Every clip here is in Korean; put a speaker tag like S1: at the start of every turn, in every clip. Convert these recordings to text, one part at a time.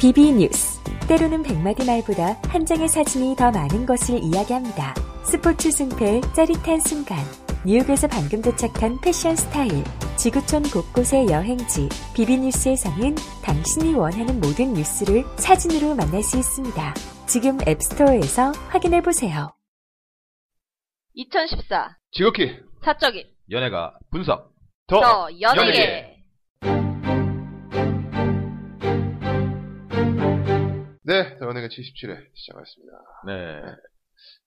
S1: BB 뉴스. 때로는 100마디 말보다 한 장의 사진이 더 많은 것을 이야기합니다. 스포츠 승패의 짜릿한 순간. 뉴욕에서 방금 도착한 패션 스타일. 지구촌 곳곳의 여행지. BB 뉴스에서는 당신이 원하는 모든 뉴스를 사진으로 만날 수 있습니다. 지금 앱스토어에서 확인해 보세요.
S2: 2014
S3: 지극히
S2: 사적인
S3: 연예가 분석
S2: 더 연예계
S4: 네, 더 연예계 77회 시작하겠습니다.
S3: 네.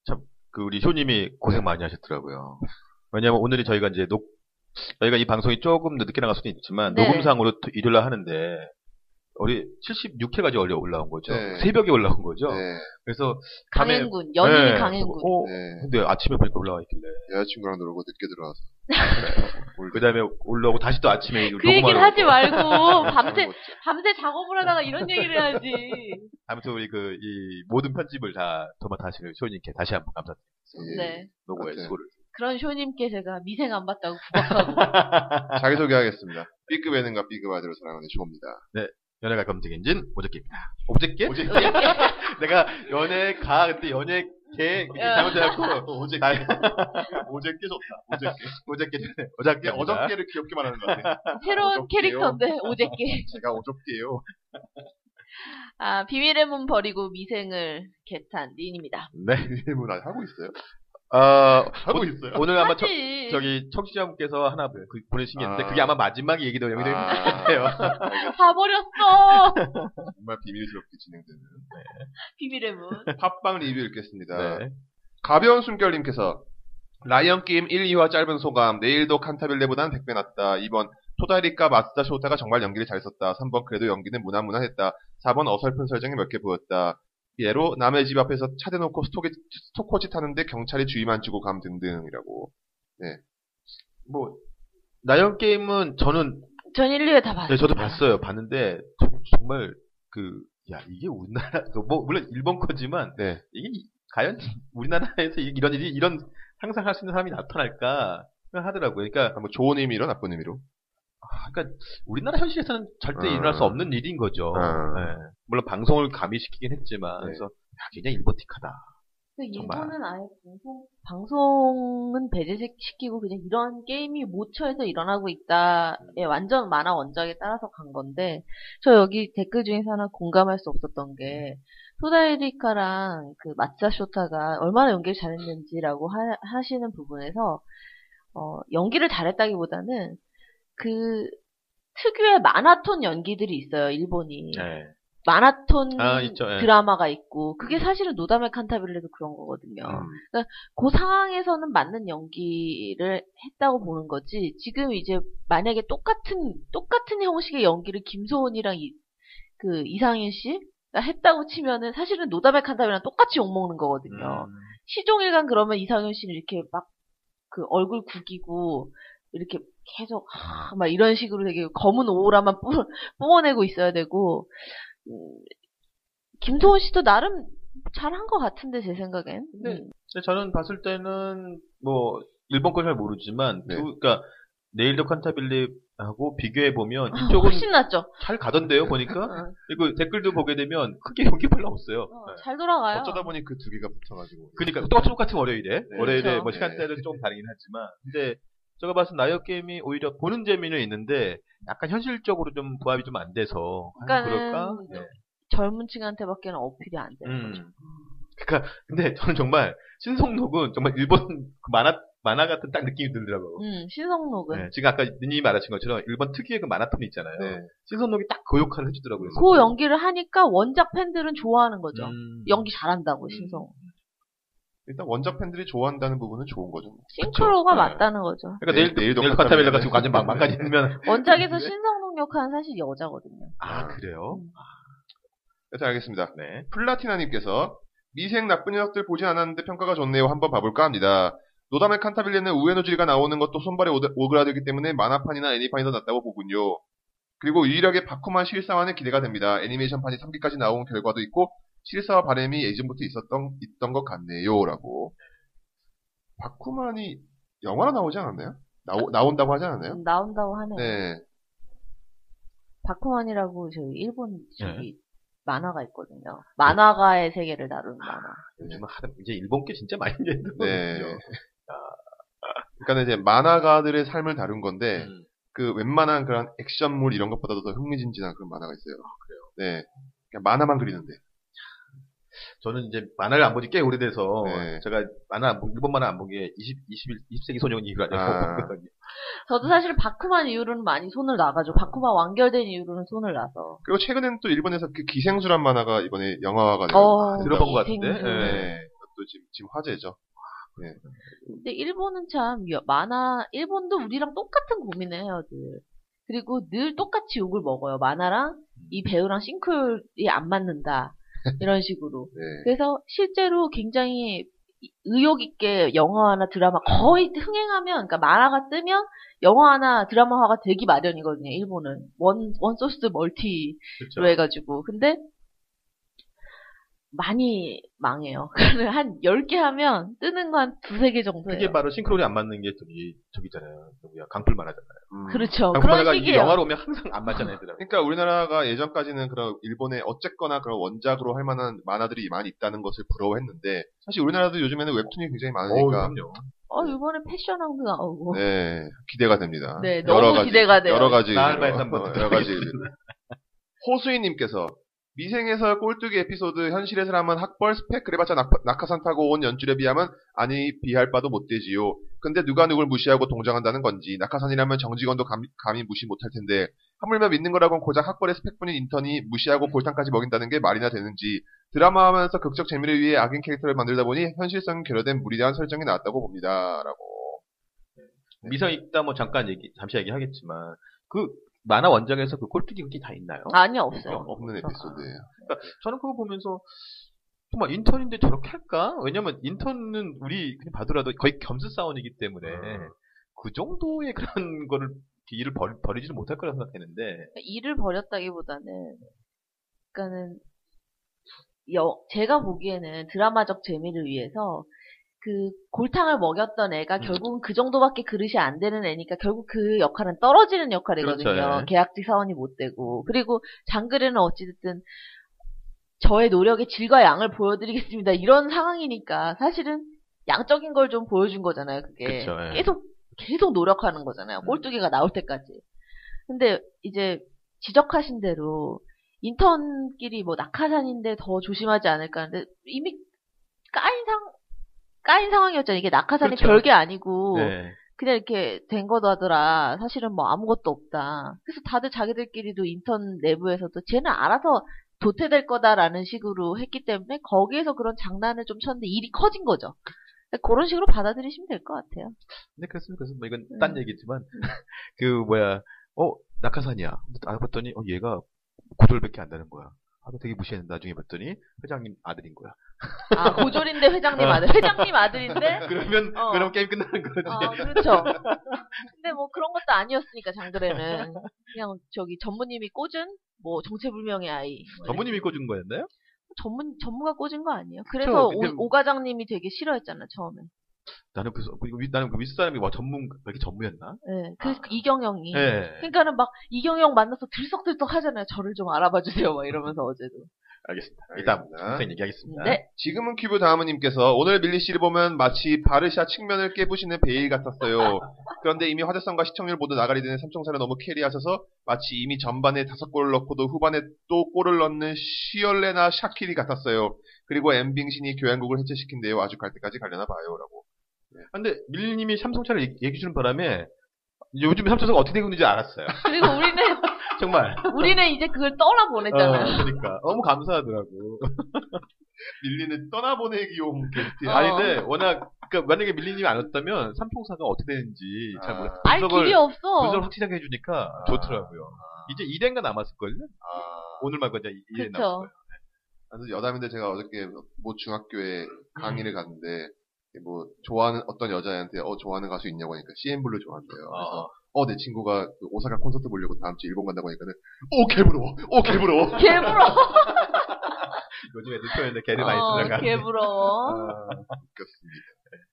S3: 참, 그 우리 효님이 고생 많이 하셨더라고요. 왜냐면 오늘이 저희가 이제 녹, 저희가 이 방송이 조금 더 늦게 나갈 수는 있지만,
S2: 네.
S3: 녹음상으로 토- 일요일 날 하는데, 우리 76회까지 원래 올라온 거죠.
S4: 네.
S3: 새벽에 올라온 거죠.
S4: 네,
S3: 그래서, 밤에-
S2: 강행군 연예인
S3: 네.
S2: 강행군
S3: 어,
S4: 네.
S3: 근데 아침에 보니까 올라와 있길래.
S4: 여자친구랑 놀고 늦게 들어와서.
S3: 그 다음에 올라오고 다시 또 아침에
S2: 그 얘기를 하지 말고 밤새
S4: 먹었죠.
S2: 밤새 작업을 하다가 이런 얘기를 해야지
S3: 아무튼 우리 그, 이 모든 편집을 다 도맡아시는 효님께 다시 한번 감사드립니다.
S4: 예.
S2: 네
S3: 노고의
S4: 아무튼.
S3: 수고를.
S2: 그런 쇼님께 제가 미생 안 봤다고 구박하고
S4: 자기소개하겠습니다. B급 예능과 B급 아들을 사랑하는 쇼입니다.
S3: 연예가 검색 엔진, 오적개입니다. 오적개? 내가 연애 가 그때 연애 개 잘못해갖고 어, 오제
S4: 어제 깨졌다. 어제 깨.
S3: 오제께 전에 어저께 어저께
S4: 어저께를 귀엽게 말하는 것 같아요.
S2: 새로운
S4: 어저께요.
S2: 캐릭터인데 오제께
S4: 제가 어저께요.
S2: 아 비밀의 몸 버리고 미생을 개탄 린입니다
S3: 네
S4: 일문 아직 하고 있어요?
S3: 어,
S4: 하고 있어요?
S3: 오늘 아마 처,
S2: 하지
S3: 저기 청취자분께서 하나 그, 보내신 게 있는데
S4: 아.
S3: 그게 아마 마지막 얘기도 영향이 될
S4: 아,
S3: 같아요.
S2: 다 버렸어
S4: 정말 비밀스럽게 진행되는
S2: 비밀의 문
S4: 팟빵 리뷰 읽겠습니다.
S3: 네.
S4: 가벼운 숨결님께서 라이언 게임 1, 2화 짧은 소감. 내일도 칸타빌레보단 100배 낫다. 2번 토다리카 마스다 쇼타가 정말 연기를 잘 썼다. 3번 그래도 연기는 무난무난했다. 4번 어설픈 설정이 몇 개 보였다. 예로 남의 집 앞에서 차 대놓고 스토기, 스토커짓 하는데 경찰이 주의만 주고 감 등등이라고. 네.
S3: 뭐 나연 게임은 저는
S2: 전 1, 2회 다 봤어요
S3: 네, 저도 봤어요. 봤는데 저- 정말 그 야 이게 우리나라 그뭐 물론 일본 거지만
S4: 네.
S3: 이게 이- 과연 우리나라에서 이- 이런 일이 이런 항상 할 수 있는 사람이 나타날까 하더라고요. 그러니까
S4: 뭐 좋은 의미로 나쁜 의미로.
S3: 그러니까 우리나라 현실에서는 절대
S4: 음.
S3: 일어날 수 없는 일인 거죠.
S4: 음.
S3: 네. 물론 방송을 가미시키긴 했지만
S4: 네.
S3: 그래서 야, 굉장히 인버틱하다.
S2: 그
S3: 정말.
S2: 일본은 아예 방송, 방송은 배제시키고 그냥 이런 게임이 모처에서 일어나고 있다의 완전 만화 원작에 따라서 간 건데 저 여기 댓글 중에서 하나 공감할 수 없었던 게 소다이리카랑 그 마츠아 쇼타가 얼마나 연기를 잘했는지라고 하, 시는 부분에서 어, 연기를 잘했다기보다는 그 특유의 만화톤 연기들이 있어요 일본이
S3: 네.
S2: 마라톤
S3: 아, 있죠, 예.
S2: 드라마가 있고 그게 사실은 노담의 칸타빌레도 그런
S3: 음.
S2: 거거든요. 그 상황에서는 맞는 연기를 했다고 보는 거지. 지금 이제 만약에 똑같은 똑같은 형식의 연기를 김소은이랑 이, 그 이상윤 씨가 했다고 치면은 사실은 노담의 칸타빌레랑 똑같이 욕 먹는 거거든요.
S3: 음.
S2: 시종일관 그러면 이상윤 씨는 이렇게 막 그 얼굴 구기고 이렇게 계속 하, 막 이런 식으로 되게 검은 오라만 뿜- 뿜어내고 있어야 되고 음, 김소은 씨도 나름 잘한 것 같은데 제 생각엔
S3: 네.
S2: 음.
S3: 근데 저는 봤을 때는 뭐 일본 건 잘 모르지만
S4: 네.
S3: 두- 그러니까 네일더 칸타빌리하고 비교해 보면
S2: 아,
S3: 이쪽은
S2: 훨씬 낫죠.
S3: 잘 가던데요
S2: 어,
S3: 보니까 그리고 댓글도 보게 되면 크게 연기 별로 없어요.
S2: 어,
S3: 네.
S2: 잘 돌아가요.
S4: 어쩌다 보니 그 두 개가 붙어가지고.
S3: 그러니까 똑같이 똑같은 월요일에
S4: 네.
S3: 월요일에
S2: 그렇죠.
S3: 뭐 시간대는 조금 다르긴 하지만 근데 제가 봤을 때 나이어 게임이 오히려 보는 재미는 있는데 약간 현실적으로 좀 부합이 좀 안 돼서 아,
S2: 그러니까는
S3: 그럴까?
S2: 뭐-
S3: 네.
S2: 젊은 층한테밖에는 어필이 안 돼요.
S3: 음. 그러니까 근데 저는 정말 신성록은 정말 일본 그 만화 만화 같은 딱 느낌이 들더라고. 요
S2: 음, 신성록은
S3: 네, 지금 아까 님이 말하신 것처럼 일본 특유의 그 만화톤 있잖아요.
S4: 네.
S3: 신성록이 딱 그 역할을 해주더라고요.
S2: 그 연기를 하니까 원작 팬들은 좋아하는 거죠.
S3: 음.
S2: 연기 잘한다고
S3: 음.
S2: 신성.
S4: 일단 원작 팬들이 좋아한다는 부분은 좋은 거죠.
S2: 싱크로가
S4: 네.
S2: 맞다는 거죠.
S3: 그러니까 내일
S4: 내일-
S3: 내일도
S4: 내일도
S3: 카타멜라가
S4: 카타멜라
S3: 지금 완전 막 막까지 있으면
S2: 원작에서 신성록 역할은 사실 여자거든요.
S3: 아 그래요?
S4: 그래서 알겠습니다.
S3: 네.
S4: 플라티나님께서 미생 나쁜 녀석들 보진 않았는데 평가가 좋네요. 한번 봐볼까 합니다. 노담의 칸타빌레는 우에노지리가 나오는 것도 손발에 오드- 오그라들기 때문에 만화판이나 애니판이 더 낫다고 보군요. 그리고 유일하게 바쿠만 실사화는 기대가 됩니다. 애니메이션판이 3기까지 나온 결과도 있고 실사화 바램이 예전부터 있었던 있던 것 같네요라고. 바쿠만이 영화로 나오지 않았나요? 나오, 나온다고 하지 않았나요?
S2: 음, 나온다고 하네요.
S4: 네.
S3: 네.
S2: 바쿠만이라고 저희 일본 저기 만화가 있거든요. 만화가의 세계를 다루는 만화.
S3: 요즘은 하는- 이제 일본 게 진짜 많이 내거든요
S4: 네. 그러니까 이제 만화가들의 삶을 다룬
S3: 음.
S4: 건데 그 웬만한 그런 액션물 이런 것보다도 더 흥미진진한 그런 만화가 있어요.
S3: 아,
S4: 그래요? 네. 그냥 만화만 그리는데.
S3: 저는 이제 만화를 안 보지 꽤 오래돼서
S4: 네.
S3: 제가 만화 안 보- 일본 만화 안 보기에 20, 21, 20세기 소년 이후로 안
S4: 아.
S3: 봤거든요.
S2: 저도 사실 바쿠만 이후로는 많이 손을 놔가지고 바쿠만 완결된 이후로는 손을 놔서.
S4: 그리고 최근에는 또 일본에서 그 기생수란 만화가 이번에 영화화가 돼요.
S2: 어,
S3: 들어본 것 같은데?
S2: 기생수.
S4: 네.
S3: 네.
S4: 그것도 지금, 지금 화제죠.
S2: 근데 일본은 참 여- 만화 일본도 우리랑 똑같은 고민을 해요 늘. 그리고 늘 똑같이 욕을 먹어요 만화랑 이 배우랑 싱크이 안 맞는다 이런 식으로.
S4: 네.
S2: 그래서 실제로 굉장히 의욕 있게 영화나 드라마 거의 흥행하면 그러니까 만화가 뜨면 영화나 드라마화가 되기 마련이거든요 일본은 원 원소스 멀티
S3: 그렇죠.
S2: 로 해가지고. 근데, 많이 망해요. 그래서 한 10개 하면 뜨는 거 한 두세 개 정도
S3: 그게
S2: 예요
S3: 바로 싱크로율이 안 맞는 게 저기 저기잖아요. 누구야 강풀 만화잖아요.
S4: 음.
S2: 그렇죠.
S3: 강풀
S2: 그런
S3: 만화가 이
S2: 식이에요.
S3: 영화로 오면 항상 안 맞잖아요, 얘들아.
S4: 그러니까 우리나라가 예전까지는 그런 일본의 어쨌거나 그런 원작으로 할 만한 만화들이 많이 있다는 것을 부러워했는데 사실 우리나라도 요즘에는 웹툰이 굉장히
S3: 어우,
S4: 많으니까
S3: 그럼요.
S2: 어, 이번에 패션왕도 나오고.
S4: 네, 기대가 됩니다.
S2: 네, 너무 기대가 돼요.
S4: 여러 가지.
S3: 나을 바에서
S4: 의미로,
S3: 한번
S4: 어, 여러
S3: 듣도록
S4: 가지. 의미로. 호수인님께서 미생에서 꼴뚜기 에피소드 현실에서 하면 학벌 스펙 그래봤자 낙, 낙하산 타고 온 연출에 비하면 아니 비할 바도 못 되지요. 근데 누가 누굴 무시하고 동정한다는 건지 낙하산이라면 정직원도 감, 감히 무시 못할 텐데 하물며 믿는 거라곤 고작 학벌의 스펙뿐인 인턴이 무시하고 골탕까지 먹인다는 게 말이나 되는지 드라마 하면서 극적 재미를 위해 악인 캐릭터를 만들다 보니 현실성 결여된 무리한 설정이 나왔다고 봅니다. 라고.
S3: 미성 있다 뭐 잠깐 얘기 잠시 얘기하겠지만 그 만화 원작에서 그 꼴뚜기 그게 다 있나요?
S2: 아니, 없어요.
S4: 없는 에피소드예요.
S3: 저는 그거 보면서 정말 인턴인데 저렇게 할까? 왜냐면 인턴은 우리 그냥 봐더라도 거의 겸수 싸움이기 때문에
S4: 음.
S3: 그 정도의 그런 거를 일을 벌, 버리지는 못할 거라 생각했는데
S2: 그러니까 일을 버렸다기보다는, 그니까는, 러 제가 보기에는 드라마적 재미를 위해서, 그, 골탕을 먹였던 애가
S3: 음.
S2: 결국은 그 정도밖에 그릇이 안 되는 애니까 결국 그 역할은 떨어지는 역할이거든요.
S3: 그렇죠, 예.
S2: 계약직 사원이 못 되고. 그리고 장그래는 어찌됐든, 저의 노력의 질과 양을 보여드리겠습니다. 이런 상황이니까, 사실은 양적인 걸 좀 보여준 거잖아요, 그게.
S3: 그쵸, 예. 음.
S2: 계속, 계속 노력하는 거잖아요. 꼴뚜기가 나올 때까지. 근데 이제 지적하신 대로 인턴끼리 뭐 낙하산인데 더 조심하지 않을까 하는데 이미 까인 상 까인 상황이었잖아요. 이게 낙하산이
S3: 그렇죠.
S2: 별게 아니고
S3: 네.
S2: 그냥 이렇게 된 거더라. 사실은 뭐 아무것도 없다. 그래서 다들 자기들끼리도 인턴 내부에서도 쟤는 알아서 도태될 거다라는 식으로 했기 때문에 거기에서 그런 장난을 좀 쳤는데 일이 커진 거죠. 그러니까 그런 식으로 받아들이시면 될 것 같아요.
S3: 근데 그래서 그래서
S2: 네.
S3: 뭐 이건 딴 얘기지만
S2: 음.
S3: 그 뭐야 어 낙하산이야 알아봤더니 어 얘가 고졸밖에 안 되는 거야. 하도 되게 무시했는데 나중에 봤더니 회장님 아들인 거야.
S2: 아 고졸인데 회장님 아들, 회장님 아들인데
S3: 그러면
S2: 어.
S3: 그럼 게임 끝나는 거지.
S2: 아, 그렇죠. 근데 뭐 그런 것도 아니었으니까 장그래는 그냥 저기 전무님이 꽂은 뭐 정체불명의 아이.
S3: 전무님이 꽂은 거였나요?
S2: 전문 전무가 꽂은 거 아니에요?
S3: 그쵸,
S2: 그래서
S3: 근데-
S2: 오, 오 과장님이 되게 싫어했잖아 처음에.
S3: 나는 그래서 그리고 위- 나는 그 윗사람이 와 전문 그게 전무였나?
S2: 네, 그 이경영이.
S3: 아. 네.
S2: 그러니까는 막 이경영 만나서 들썩들썩 하잖아요. 저를 좀 알아봐 주세요. 막 이러면서 어제도.
S3: 알겠습니다. 일단
S4: 알겠습니다.
S3: 선생님 얘기하겠습니다.
S2: 네.
S4: 지금은 큐브 다음은님께서 오늘 밀리 씨를 보면 마치 바르샤 측면을 깨부시는 베일 같았어요. 그런데 이미 화제성과 시청률 모두 나가리 되는 삼총사를 너무 캐리하셔서 마치 이미 전반에 다섯 골을 넣고도 후반에 또 골을 넣는 시얼레나 샤키리 같았어요. 그리고 엠빙신이 교향곡을 해체시킨대요. 아주 갈 때까지 가려나 봐요라고.
S3: 아, 근데 밀리님이 삼성차를 얘기- 얘기해 주는 바람에 요즘 삼성차가 어떻게 되고 있는지 알았어요.
S2: 그리고 우리는
S3: 정말.
S2: 우리는 이제 그걸 떠나
S3: 어,
S2: 보냈잖아요.
S3: 그러니까 너무 감사하더라고.
S4: 밀리는 떠나보내기용 게스트.
S2: 어.
S3: 아니 근데 워낙 그러니까 만약에 밀리님이 안 왔다면 삼풍사가 어떻게 되는지 잘
S4: 아.
S3: 몰랐어요.
S2: 알 길이 없어.
S3: 분석을 확실하게 해주니까 좋더라고요. 이제 2대인가 남았을걸요?
S4: 아,
S3: 오늘 말고 이제 2대
S2: 그쵸.
S3: 남았어요.
S4: 그래서 여담인데 제가 어저께 모 중학교에
S3: 음.
S4: 강의를 갔는데 뭐 좋아하는 어떤 여자애한테 어 좋아하는 가수 있냐고 하니까 CN블루 좋아한대요. 그래서 어 내 친구가 그 오사카 콘서트 보려고 다음 주에 일본 간다고 하니까는 오 개부러워 오 개부러워
S2: 개 부러워. 어,
S3: 요즘 애들 표현에 개를 많이 쓰다가.
S2: 개 부러워.
S4: 아. 웃겼습니다.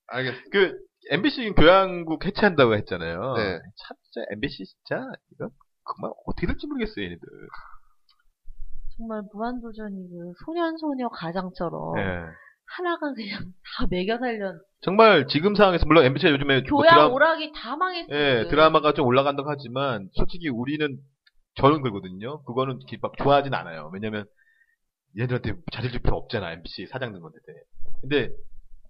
S4: 알겠습니다.
S3: 그 MBC 교양국 해체한다고 했잖아요.
S4: 네.
S3: 참 진짜 MBC 진짜 이거 정말 어떻게 될지 모르겠어요 얘네들.
S2: 정말 무한도전이 그 소년소녀 가장처럼
S4: 어.
S3: 예.
S2: 하나가 그냥 다 매겨 살려
S3: 정말 지금 상황에서 물론 MBC가 요즘에 뭐
S2: 교양
S3: 드라,
S2: 오락이 다 망했어.
S3: 예, 드라마가 좀 올라간다고 하지만 솔직히 우리는 저는 그러거든요. 그거는 이렇게 막 좋아하진 않아요. 왜냐면 얘들한테 자질질 필요 없잖아. MBC 사장 된 건데. 근데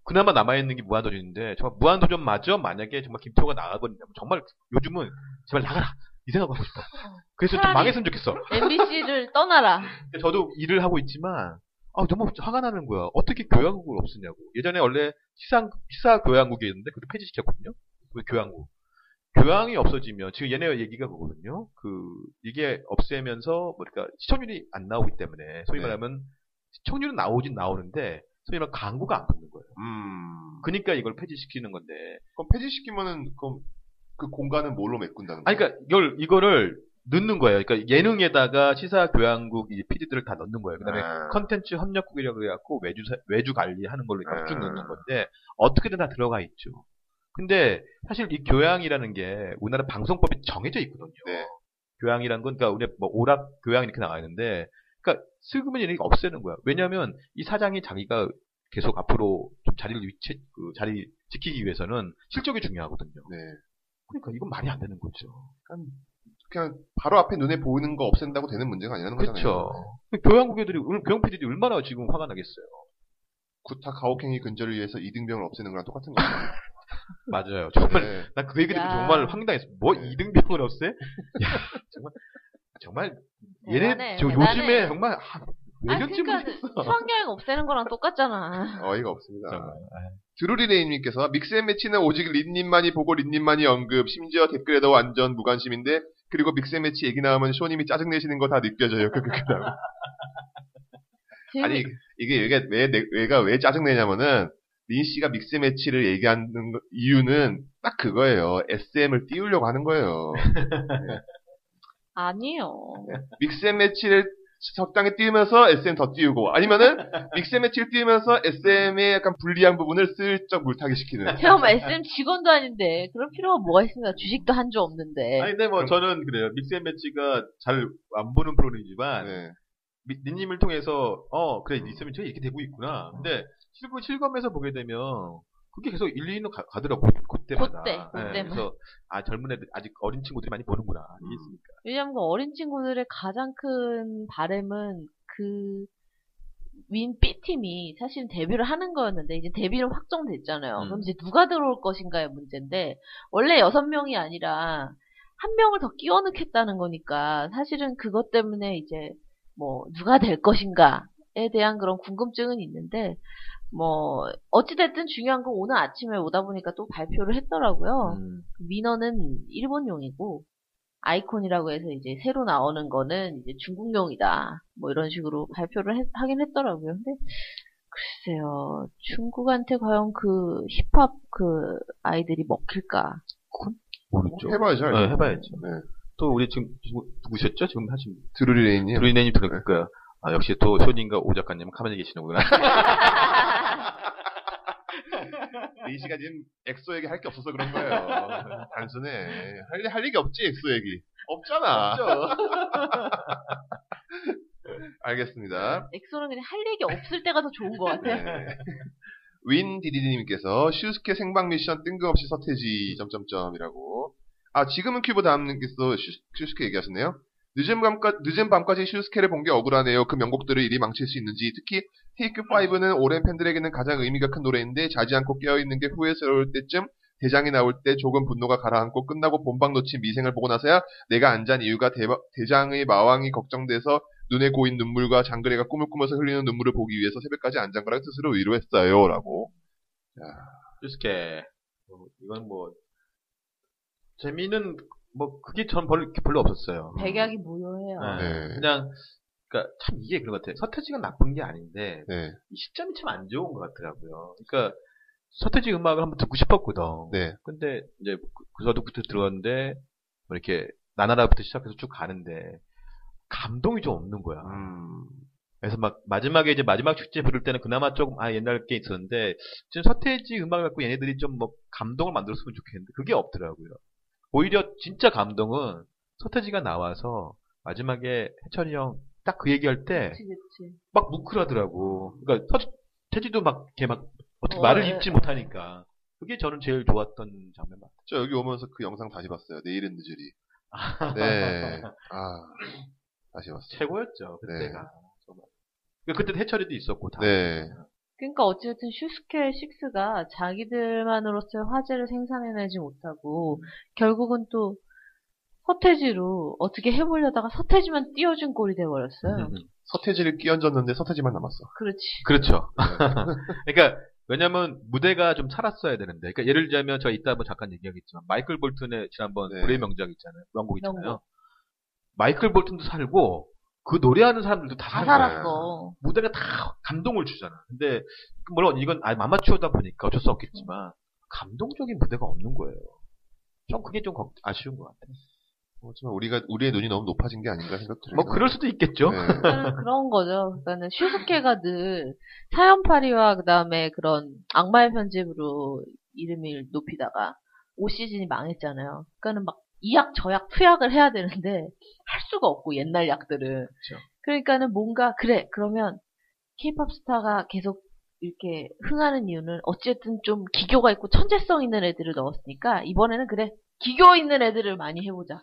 S3: 그나마 남아있는 게 무한도전인데 정말 무한도전마저 만약에 정말 김태호가 나가버린다면 정말 요즘은 제발 나가라 이 생각하고 싶어. 그래서 좀
S2: 차라리-
S3: 망했으면 좋겠어.
S2: MBC를 떠나라.
S3: 근데 저도 일을 하고 있지만 아 너무 화가 나는 거야. 어떻게 교양국을 없애냐고. 예전에 원래 시상 시사 교양국이 있는데 그걸 폐지시켰거든요. 그 교양국. 교양이 없어지면 지금 얘네 얘기가 그거거든요. 그 이게 없애면서 뭐랄까 그러니까 시청률이 안 나오기 때문에 소위
S4: 네.
S3: 말하면 시청률은 나오긴 나오는데 소위 말하면 광고가 안 붙는 거예요.
S4: 음.
S3: 그러니까 이걸 폐지시키는 건데.
S4: 그럼 폐지시키면은 그럼 그 공간은 뭘로 메꾼다는 거예요?
S3: 아니 그러니까 이걸 이거를 넣는 거예요. 그러니까 예능에다가 시사 교양국 이 PD들을 다 넣는 거예요. 그러니까 그다음에
S4: 아,
S3: 컨텐츠 협력국이라고 해갖고 외주 사- 외주 관리하는 걸로 이렇게 쭉
S4: 음.
S3: 넣는 건데 어떻게든 다 들어가 있죠. 근데 사실 이 교양이라는 게 우리나라 방송법이 정해져 있거든요.
S4: 네.
S3: 교양이란 건 그러니까 우리 뭐 오락 교양 이렇게 나와 있는데 그러니까 슬그머니 이렇게 없애는 거야. 왜냐하면 이 사장이 자기가 계속 앞으로 좀 자리를 위치 그 자리 지키기 위해서는 실적이 중요하거든요.
S4: 네.
S3: 그러니까 이건 말이 안 되는 거죠.
S4: 그냥 바로 앞에 눈에 보이는 거 없앤다고 되는 문제가 아니라는 거잖아요.
S3: 그렇죠. 교양국 애들이 오늘 교양 PD들이 얼마나 지금 화가 나겠어요.
S4: 구타 가혹행위 근절을 위해서 이등병을 없애는 거랑 똑같은 거예요.
S3: 맞아요. 정말
S4: 네.
S3: 난 그 얘기 듣고
S2: 야.
S3: 정말 황당했어. 뭐
S4: 네.
S3: 이등병을 없애? 야 정말 정말 얘네
S2: 대단해,
S3: 저
S2: 대단해.
S3: 요즘에 정말 아,
S2: 아,
S3: 외견쯤
S2: 그러니까 수학여행 없애는 거랑 똑같잖아.
S4: 네, 어이가 없습니다. 드루리레이님께서 믹스앤매치는 오직 린님만이 보고 린님만이 언급, 심지어 댓글에도 완전 무관심인데 그리고 믹스앤매치 얘기 나오면 쇼님이 짜증 내시는 거 다 느껴져요. 그, 크크크라고.
S2: 네.
S4: 아니
S3: 그
S4: 이게 얘가 왜 내- 얘가 왜 짜증 내냐면은 린 씨가 믹스매치를 얘기하는 거- 이유는 딱 그거예요. SM을 띄우려고 하는 거예요.
S2: 아니요.
S4: 믹스매치를 적당히 띄우면서 SM 더 띄우고 아니면은 믹스매치를 띄우면서 SM의 약간 불리한 부분을 슬쩍 물타기 시키는.
S2: 그럼 SM 직원도 아닌데 그런 필요가 뭐가 있습니까? 주식도 한 주 없는데.
S3: 아니 근데 뭐 저는 그래요. 믹스앤매치가 잘 안 보는 프로그램이지만
S4: 네.
S3: 미- 니님을 통해서 어 그래 믹스앤매치가 이렇게 되고 있구나.
S4: 어.
S3: 근데 실고 실검에서 보게 되면 그게 계속 1, 2위로 가더라고 그때마다.
S2: 그때,
S3: 예,
S2: 뭐 그때만.
S3: 그래서 아 젊은 애들 아직 어린 친구들이 많이 보는구나.
S2: 음.
S3: 이게 있으니까.
S2: 왜냐면 그 어린 친구들의 가장 큰 바램은 그 윈 B팀이 사실 데뷔를 하는 거였는데 이제 데뷔를 확정됐잖아요.
S3: 음.
S2: 그럼 이제 누가 들어올 것인가의 문제인데 원래 여섯 명이 아니라 한 명을 더 끼워 넣겠다는 거니까 사실은 그것 때문에 이제 뭐 누가 될 것인가에 대한 그런 궁금증은 있는데 뭐 어찌됐든 중요한 건 오늘 아침에 오다 보니까 또 발표를 했더라고요.
S3: 음.
S2: 그 민어는 일본용이고 아이콘이라고 해서 이제 새로 나오는 거는 이제 중국용이다. 뭐 이런 식으로 발표를 했- 하긴 했더라고요. 근데 글쎄요. 중국한테 과연 그 힙합 그 아이들이 먹힐까?
S3: 모르죠.
S4: 해봐야죠.
S3: 네, 해봐야죠.
S4: 네.
S3: 또 우리 지금 누구- 누구셨죠? 지금 하신
S4: 드루리레이님.
S3: 브루이네님 들어갈 거야. 아, 역시 또 쇼님과 오 작가님은 가만히 계시는구나.
S4: 이 씨가 지금 엑소 얘기 할 게 없어서 그런 거예요. 단순해. 할, 할 얘기 없지, 엑소 얘기. 없잖아. 알겠습니다.
S2: 엑소는 그냥 할 얘기 없을 때가 더 좋은 것
S4: 네.
S2: 같아요.
S4: 윈 디디디님께서 슈스케 생방 미션 뜬금없이 서태지 점점점이라고. 아 지금은 큐브 다음님께서 슈- 슈스케 얘기하셨네요. 늦은 밤까 늦은 밤까지 슈스케를 본 게 억울하네요. 그 명곡들을 이리 망칠 수 있는지 특히 테이크 5는 오랜 팬들에게는 가장 의미가 큰 노래인데 자지 않고 깨어 있는 게 후회스러울 때쯤 대장이 나올 때 조금 분노가 가라앉고 끝나고 본방 놓친 미생을 보고 나서야 내가 앉은 이유가 대, 대장의 마왕이 걱정돼서 눈에 고인 눈물과 장그래가 꿈을 꾸면서 흘리는 눈물을 보기 위해서 새벽까지 앉은 거라 스스로 위로했어요. 라고.
S3: 유스케. 뭐, 이건 뭐, 재미는, 뭐, 그게 전 별로, 별로 없었어요.
S2: 백약이 무효해요.
S3: 네.
S4: 네.
S3: 그냥, 그니까, 참 이게 그런 것 같아요. 서태지가 나쁜 게 아닌데,
S4: 네.
S3: 이 시점이 참 안 좋은 것 같더라고요. 그니까, 서태지 음악을 한번 듣고 싶었거든.
S4: 네.
S3: 근데, 이제, 그- 그, 저도 그때 들었는데, 뭐 이렇게, 나나라부터 시작해서 쭉 가는데, 감동이 좀 없는 거야. 그래서 막 마지막에 이제 마지막 축제 부를 때는 그나마 조금 아 옛날 게 있었는데 지금 서태지 음악을 갖고 얘네들이 좀 뭐 감동을 만들었으면 좋겠는데 그게 없더라고요. 오히려 진짜 감동은 서태지가 나와서 마지막에 해철이 형 딱 그 얘기할 때 막
S2: 그치, 그치.
S3: 뭉클하더라고. 그러니까 터- 태지도 막 걔 막 어떻게
S2: 어,
S3: 말을
S2: 예.
S3: 잇지 못하니까 그게 저는 제일 좋았던 장면 같아요.
S4: 저 여기 오면서 그 영상 다시 봤어요. 내일은 늦으리. 네. 아, 다시 봤어요.
S3: 최고였죠 그때가 정말. 그러니까 그때 해철이도 있었고 다.
S4: 네.
S2: 그러니까 어쨌든 슈스케 6가 자기들만으로서의 화제를 생산해내지 못하고 결국은 또 서태지로 어떻게 해보려다가 서태지만 띄워준 꼴이
S3: 음,
S2: 돼버렸어요.
S3: 음.
S4: 서태지를 끼얹었는데 서태지만 남았어.
S2: 그렇지.
S3: 그렇죠.
S4: 네.
S3: 그러니까 왜냐면 무대가 좀 살았어야 되는데. 그러니까 예를 들자면 제가 이따 한번 잠깐 얘기하겠지만 마이클 볼튼의 지난번
S4: 네.
S3: 노래 명작 있잖아요. 명곡 있잖아요.
S2: 명곡.
S3: 마이클 볼튼도 살고 그 노래하는 사람들도 다,
S4: 네.
S2: 다
S3: 산
S2: 살았어.
S3: 무대가 다 감동을 주잖아. 근데 물론 이건 아 마마추어다 보니까 어쩔 수
S2: 음.
S3: 없겠지만 감동적인 무대가 없는 거예요. 좀 그게 좀 걱- 아쉬운 것 같아요.
S4: 하지만 우리가 우리의 눈이 너무 높아진 게 아닌가 생각 들어요.
S3: 뭐 그럴 수도 있겠죠.
S4: 네.
S2: 그러니까는 그런 거죠. 그러니까는 슈스케가 늘 사연파리와 그다음에 그런 악마의 편집으로 이름을 높이다가 올 시즌이 망했잖아요. 그러니까는 막 이약 저약 투약을 해야 되는데 할 수가 없고 옛날 약들은. 그러니까는 뭔가 그래 그러면 케이팝 스타가 계속 이렇게 흥하는 이유는 어쨌든 좀 기교가 있고 천재성 있는 애들을 넣었으니까 이번에는 그래 기교 있는 애들을 많이 해보자.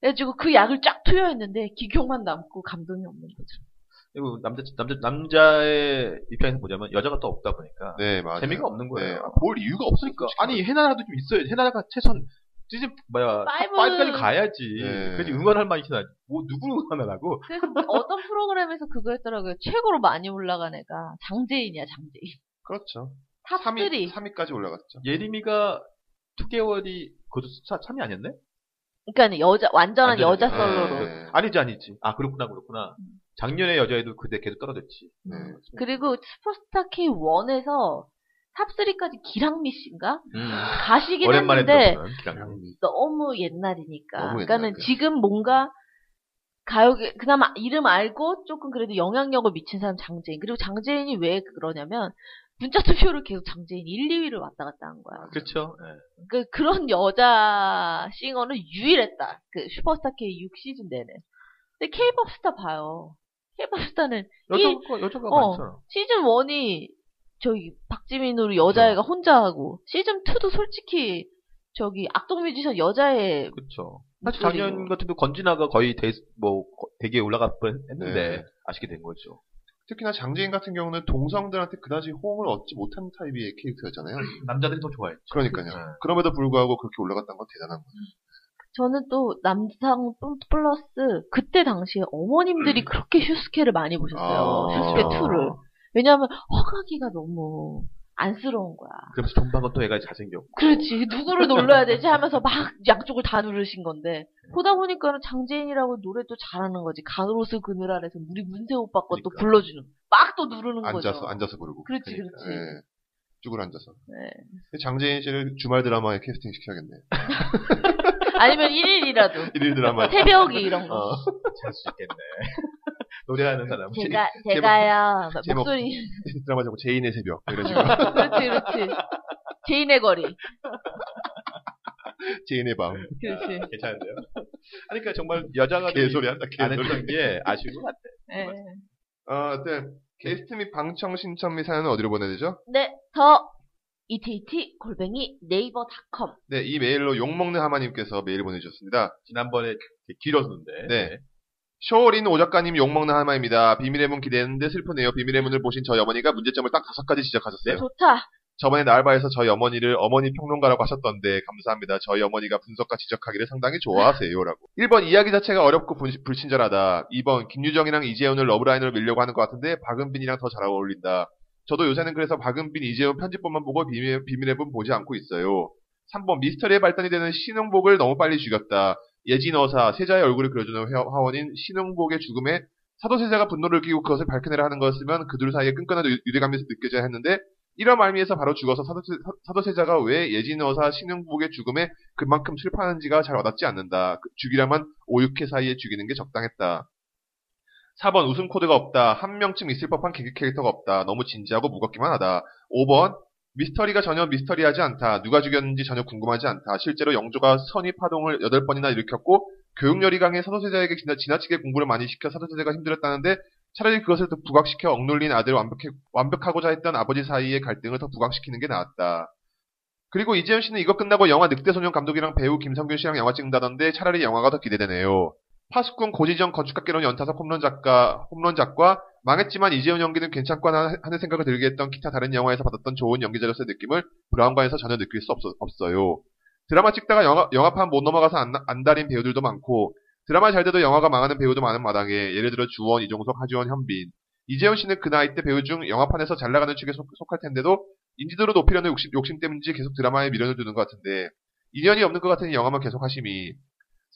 S2: 그래가지고 그 약을 쫙 투여했는데 기교만 남고 감동이 없는 거죠.
S3: 그리고 남자 남자 남자의 입장에서 보자면 여자가 또 없다 보니까
S4: 네, 맞아요.
S3: 재미가 없는 거예요.
S4: 네. 아, 볼 이유가 없으니까.
S3: 아니 해나라도 좀 있어야지. 해나라가 최선 시즌 뭐야
S2: 파이브.
S3: 5까지 가야지.
S4: 네.
S3: 그래지 응원할 만이 있어야지. 뭐 누구 응원하라고?
S2: 그래서 어떤 프로그램에서 그거 했더라고요. 최고로 많이 올라간 애가 장재인이야 장재인.
S4: 그렇죠.
S2: 탑3.
S4: 3위, 까지 올라갔죠.
S3: 예림이가 2개월이 그것도 3이 아니었네?
S2: 그러니까 여자 완전한
S3: 완전한
S2: 여자
S3: 여자.
S2: 솔로로.
S4: 네.
S3: 아니지 아니지. 아 그렇구나 그렇구나. 작년에 여자애도 그때 걔도 떨어졌지.
S4: 네.
S2: 그리고 슈퍼스타 K1에서 탑3까지 기랑미 씨인가?
S3: 음.
S2: 가시긴
S3: 오랜만에
S2: 했는데
S3: 들어보는 기랑.
S2: 너무 옛날이니까.
S4: 너무
S2: 그러니까는
S4: 옛날이야.
S2: 지금 뭔가 가요계 그나마 이름 알고 조금 그래도 영향력을 미친 사람 장재인. 그리고 장재인이 왜 그러냐면 문자 투표를 계속 장재인 1, 2위를 왔다 갔다 한 거야.
S3: 그렇죠. 예.
S2: 그 그런 여자 싱어는 유일했다. 그 슈퍼스타 K 6 시즌 내내. 근데 K-pop 스타 봐요. K-pop 스타는 이
S3: 여자가 여자가
S2: 어.
S3: 많잖아.
S2: 시즌 1이 저기 박지민으로 여자애가 혼자 하고 시즌 2도 솔직히 저기 악동 뮤지션 여자애
S3: 그렇죠. 사실
S2: 목소리로.
S3: 작년 같은 도 건진아가 거의 대, 뭐 거- 대기에 올라갈 뻔했는데
S4: 네.
S3: 아쉽게 된 거죠.
S4: 특히나 장재인 같은 경우는 동성들한테 그다지 호응을 얻지 못한 타입의 캐릭터였잖아요.
S3: 남자들이 더 좋아했죠.
S4: 그러니까요.
S3: 네.
S4: 그럼에도 불구하고 그렇게 올라갔다는 건 대단한 거예요.
S2: 저는 또 남상 뿐- 플러스 그때 당시에 어머님들이 그렇게 슈스케를 많이 보셨어요.
S4: 아,
S2: 슈스케
S4: 그렇죠.
S2: 2를. 왜냐하면 허가기가 너무 안쓰러운 거야.
S3: 그래서 존박은 또 애가 잘생겼고.
S2: 그렇지. 누구를 놀러야 되지 하면서 막 양쪽을 다 누르신 건데. 보다 보니까는 장재인이라고 노래도 잘하는 거지. 가로수 그늘 아래서 우리 문세 오빠 것도
S3: 그러니까.
S2: 불러주는. 막 또 누르는
S4: 앉아서
S2: 거죠.
S4: 앉아서 부르고.
S2: 그렇지, 그렇지.
S4: 예. 쭈그려 앉아서.
S2: 네.
S4: 장재인 씨를 주말 드라마에 캐스팅 시켜야겠네.
S2: 아니면 1일이라도.
S4: 일일 드라마.
S2: 새벽이 이런
S4: 어,
S2: 거.
S3: 잘수 있겠네. 노래하는 사람.
S2: 제가, 제가요.
S4: 제목.
S2: 목소리.
S4: 드라마 제목 제인의 새벽. 이런 식으로.
S2: 그렇지, 그렇지. 제인의 거리. 네.
S4: 제인의 밤.
S2: 그렇지.
S3: 괜찮은데요? 아니, 아, 그러니까 정말 여자가
S4: 개소리 한다.
S3: 안
S4: 개소리.
S3: 했던 게 아쉬운 것
S2: 예.
S3: 같아요.
S4: 아, 네. 게스트 및 방청 신청 및 사연은 어디로 보내야 되죠?
S2: 네, 더, 이티이티, 골뱅이, 네이버닷컴.
S4: 네, 이 메일로 욕먹는 하마님께서 메일 보내주셨습니다.
S3: 지난번에 되게 길었는데.
S4: 네. 쇼린 오 작가님 욕먹는 하마입니다. 비밀의 문 기대했는데 슬프네요. 비밀의 문을 보신 저희 어머니가 문제점을 딱 다섯 가지 지적하셨어요.
S2: 좋다.
S4: 저번에 날바에서 저희 어머니를 어머니 평론가라고 하셨던데 감사합니다. 저희 어머니가 분석과 지적하기를 상당히 좋아하세요라고. 1번 이야기 자체가 어렵고 분- 불친절하다. 2번 김유정이랑 이재훈을 러브라인으로 밀려고 하는 것 같은데 박은빈이랑 더 잘 어울린다. 저도 요새는 그래서 박은빈, 이재훈 편집본만 보고 비밀, 비밀의 문 보지 않고 있어요. 3번 미스터리에 발단이 되는 신흥복을 너무 빨리 죽였다. 예진 어사, 세자의 얼굴을 그려주는 회- 화원인 신흥복의 죽음에 사도세자가 분노를 끼고 그것을 밝혀내라 하는 거였으면 그 둘 사이에 끈끈한 유- 유대감이 느껴져야 했는데 이런 말미에서 바로 죽어서 사도세, 자가왜 예진어사 신흥국의 죽음에 그만큼 슬퍼하는지가 잘 와닿지 않는다. 그 죽이라면 5, 6회 사이에 죽이는 게 적당했다. 4번 웃음 코드가 없다. 한 명쯤 있을 법한 개그 캐릭터가 없다. 너무 진지하고 무겁기만 하다. 5번 미스터리가 전혀 미스터리하지 않다. 누가 죽였는지 전혀 궁금하지 않다. 실제로 영조가 선의 파동을 8번이나 일으켰고 교육열이 강해 사도세자에게 지나, 지나치게 공부를 많이 시켜 사도세자가 힘들었다는데 차라리 그것을 더 부각시켜 억눌린 아들을 완벽해, 완벽하고자 했던 아버지 사이의 갈등을 더 부각시키는 게 나았다. 그리고 이재현 씨는 이거 끝나고 영화 늑대소년 감독이랑 배우 김성균 씨랑 영화 찍는다던데 차라리 영화가 더 기대되네요. 파수꾼 고지정 건축학개론 연타석 홈런 작가, 홈런 작과 망했지만 이재현 연기는 괜찮고 하나- 하는 생각을 들게 했던 기타 다른 영화에서 받았던 좋은 연기자로서의 느낌을 브라운관에서 전혀 느낄 수 없어, 요 드라마 찍다가 영화, 영화판 못 넘어가서 안, 안 달인 배우들도 많고 드라마 잘 돼도 영화가 망하는 배우도 많은 마당에 예를 들어 주원, 이종석, 하지원, 현빈 이재현 씨는 그 나이 때 배우 중 영화판에서 잘 나가는 축에 속, 속할 텐데도 인지도를 높이려는 욕심, 욕심 때문인지 계속 드라마에 미련을 두는 것 같은데 인연이 없는 것 같으니 영화만 계속 하심이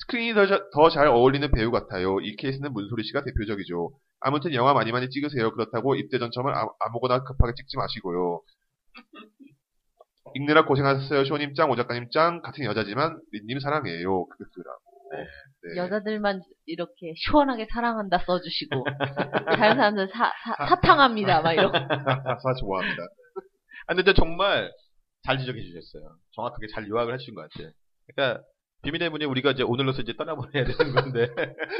S4: 스크린이 더 잘 어울리는 배우 같아요. 이 케이스는 문소리 씨가 대표적이죠. 아무튼 영화 많이 많이 찍으세요. 그렇다고 입대 전첨을 아, 아무거나 급하게 찍지 마시고요. 읽느라 고생하셨어요. 쇼님 짱, 오 작가님 짱, 같은 여자지만 린님 사랑해요. 그라고
S2: 네.
S4: 네.
S2: 여자들만 이렇게 시원하게 사랑한다 써주시고 다른 사람들 사, 사, 사탕합니다 막 이러고
S4: 사 좋아합니다.
S3: 아, 근데 정말 잘 지적해 주셨어요. 정확하게 잘 요약을 해주신 것 같아요. 그러니까 비밀의 문이 우리가 이제 오늘로서 이제 떠나보내야 되는 건데.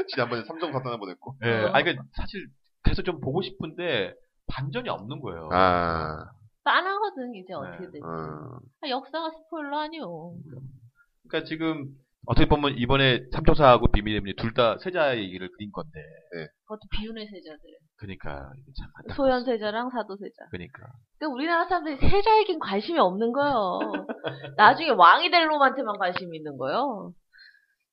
S4: 지난번에 3점 사단나 보냈고.
S3: 예. 아니 그 사실 계속 좀 보고 싶은데 반전이 없는 거예요.
S4: 아,
S2: 빤하거든 이제 네. 어떻게 되지
S4: 음,
S2: 아, 역사가 스포일러 아니오
S3: 그러니까 지금 어떻게 보면 이번에 삼총사하고 비밀의 문이 둘 다 세자의 얘기를 그린 건데.
S2: 그것도 비운의 세자들
S3: 그러니까 이게 참 안타깝-
S2: 소현 세자랑 사도 세자
S3: 그러니까.
S2: 그러니까 우리나라 사람들이 세자에겐 관심이 없는 거예요 나중에 왕이 될 놈한테만 관심이 있는 거예요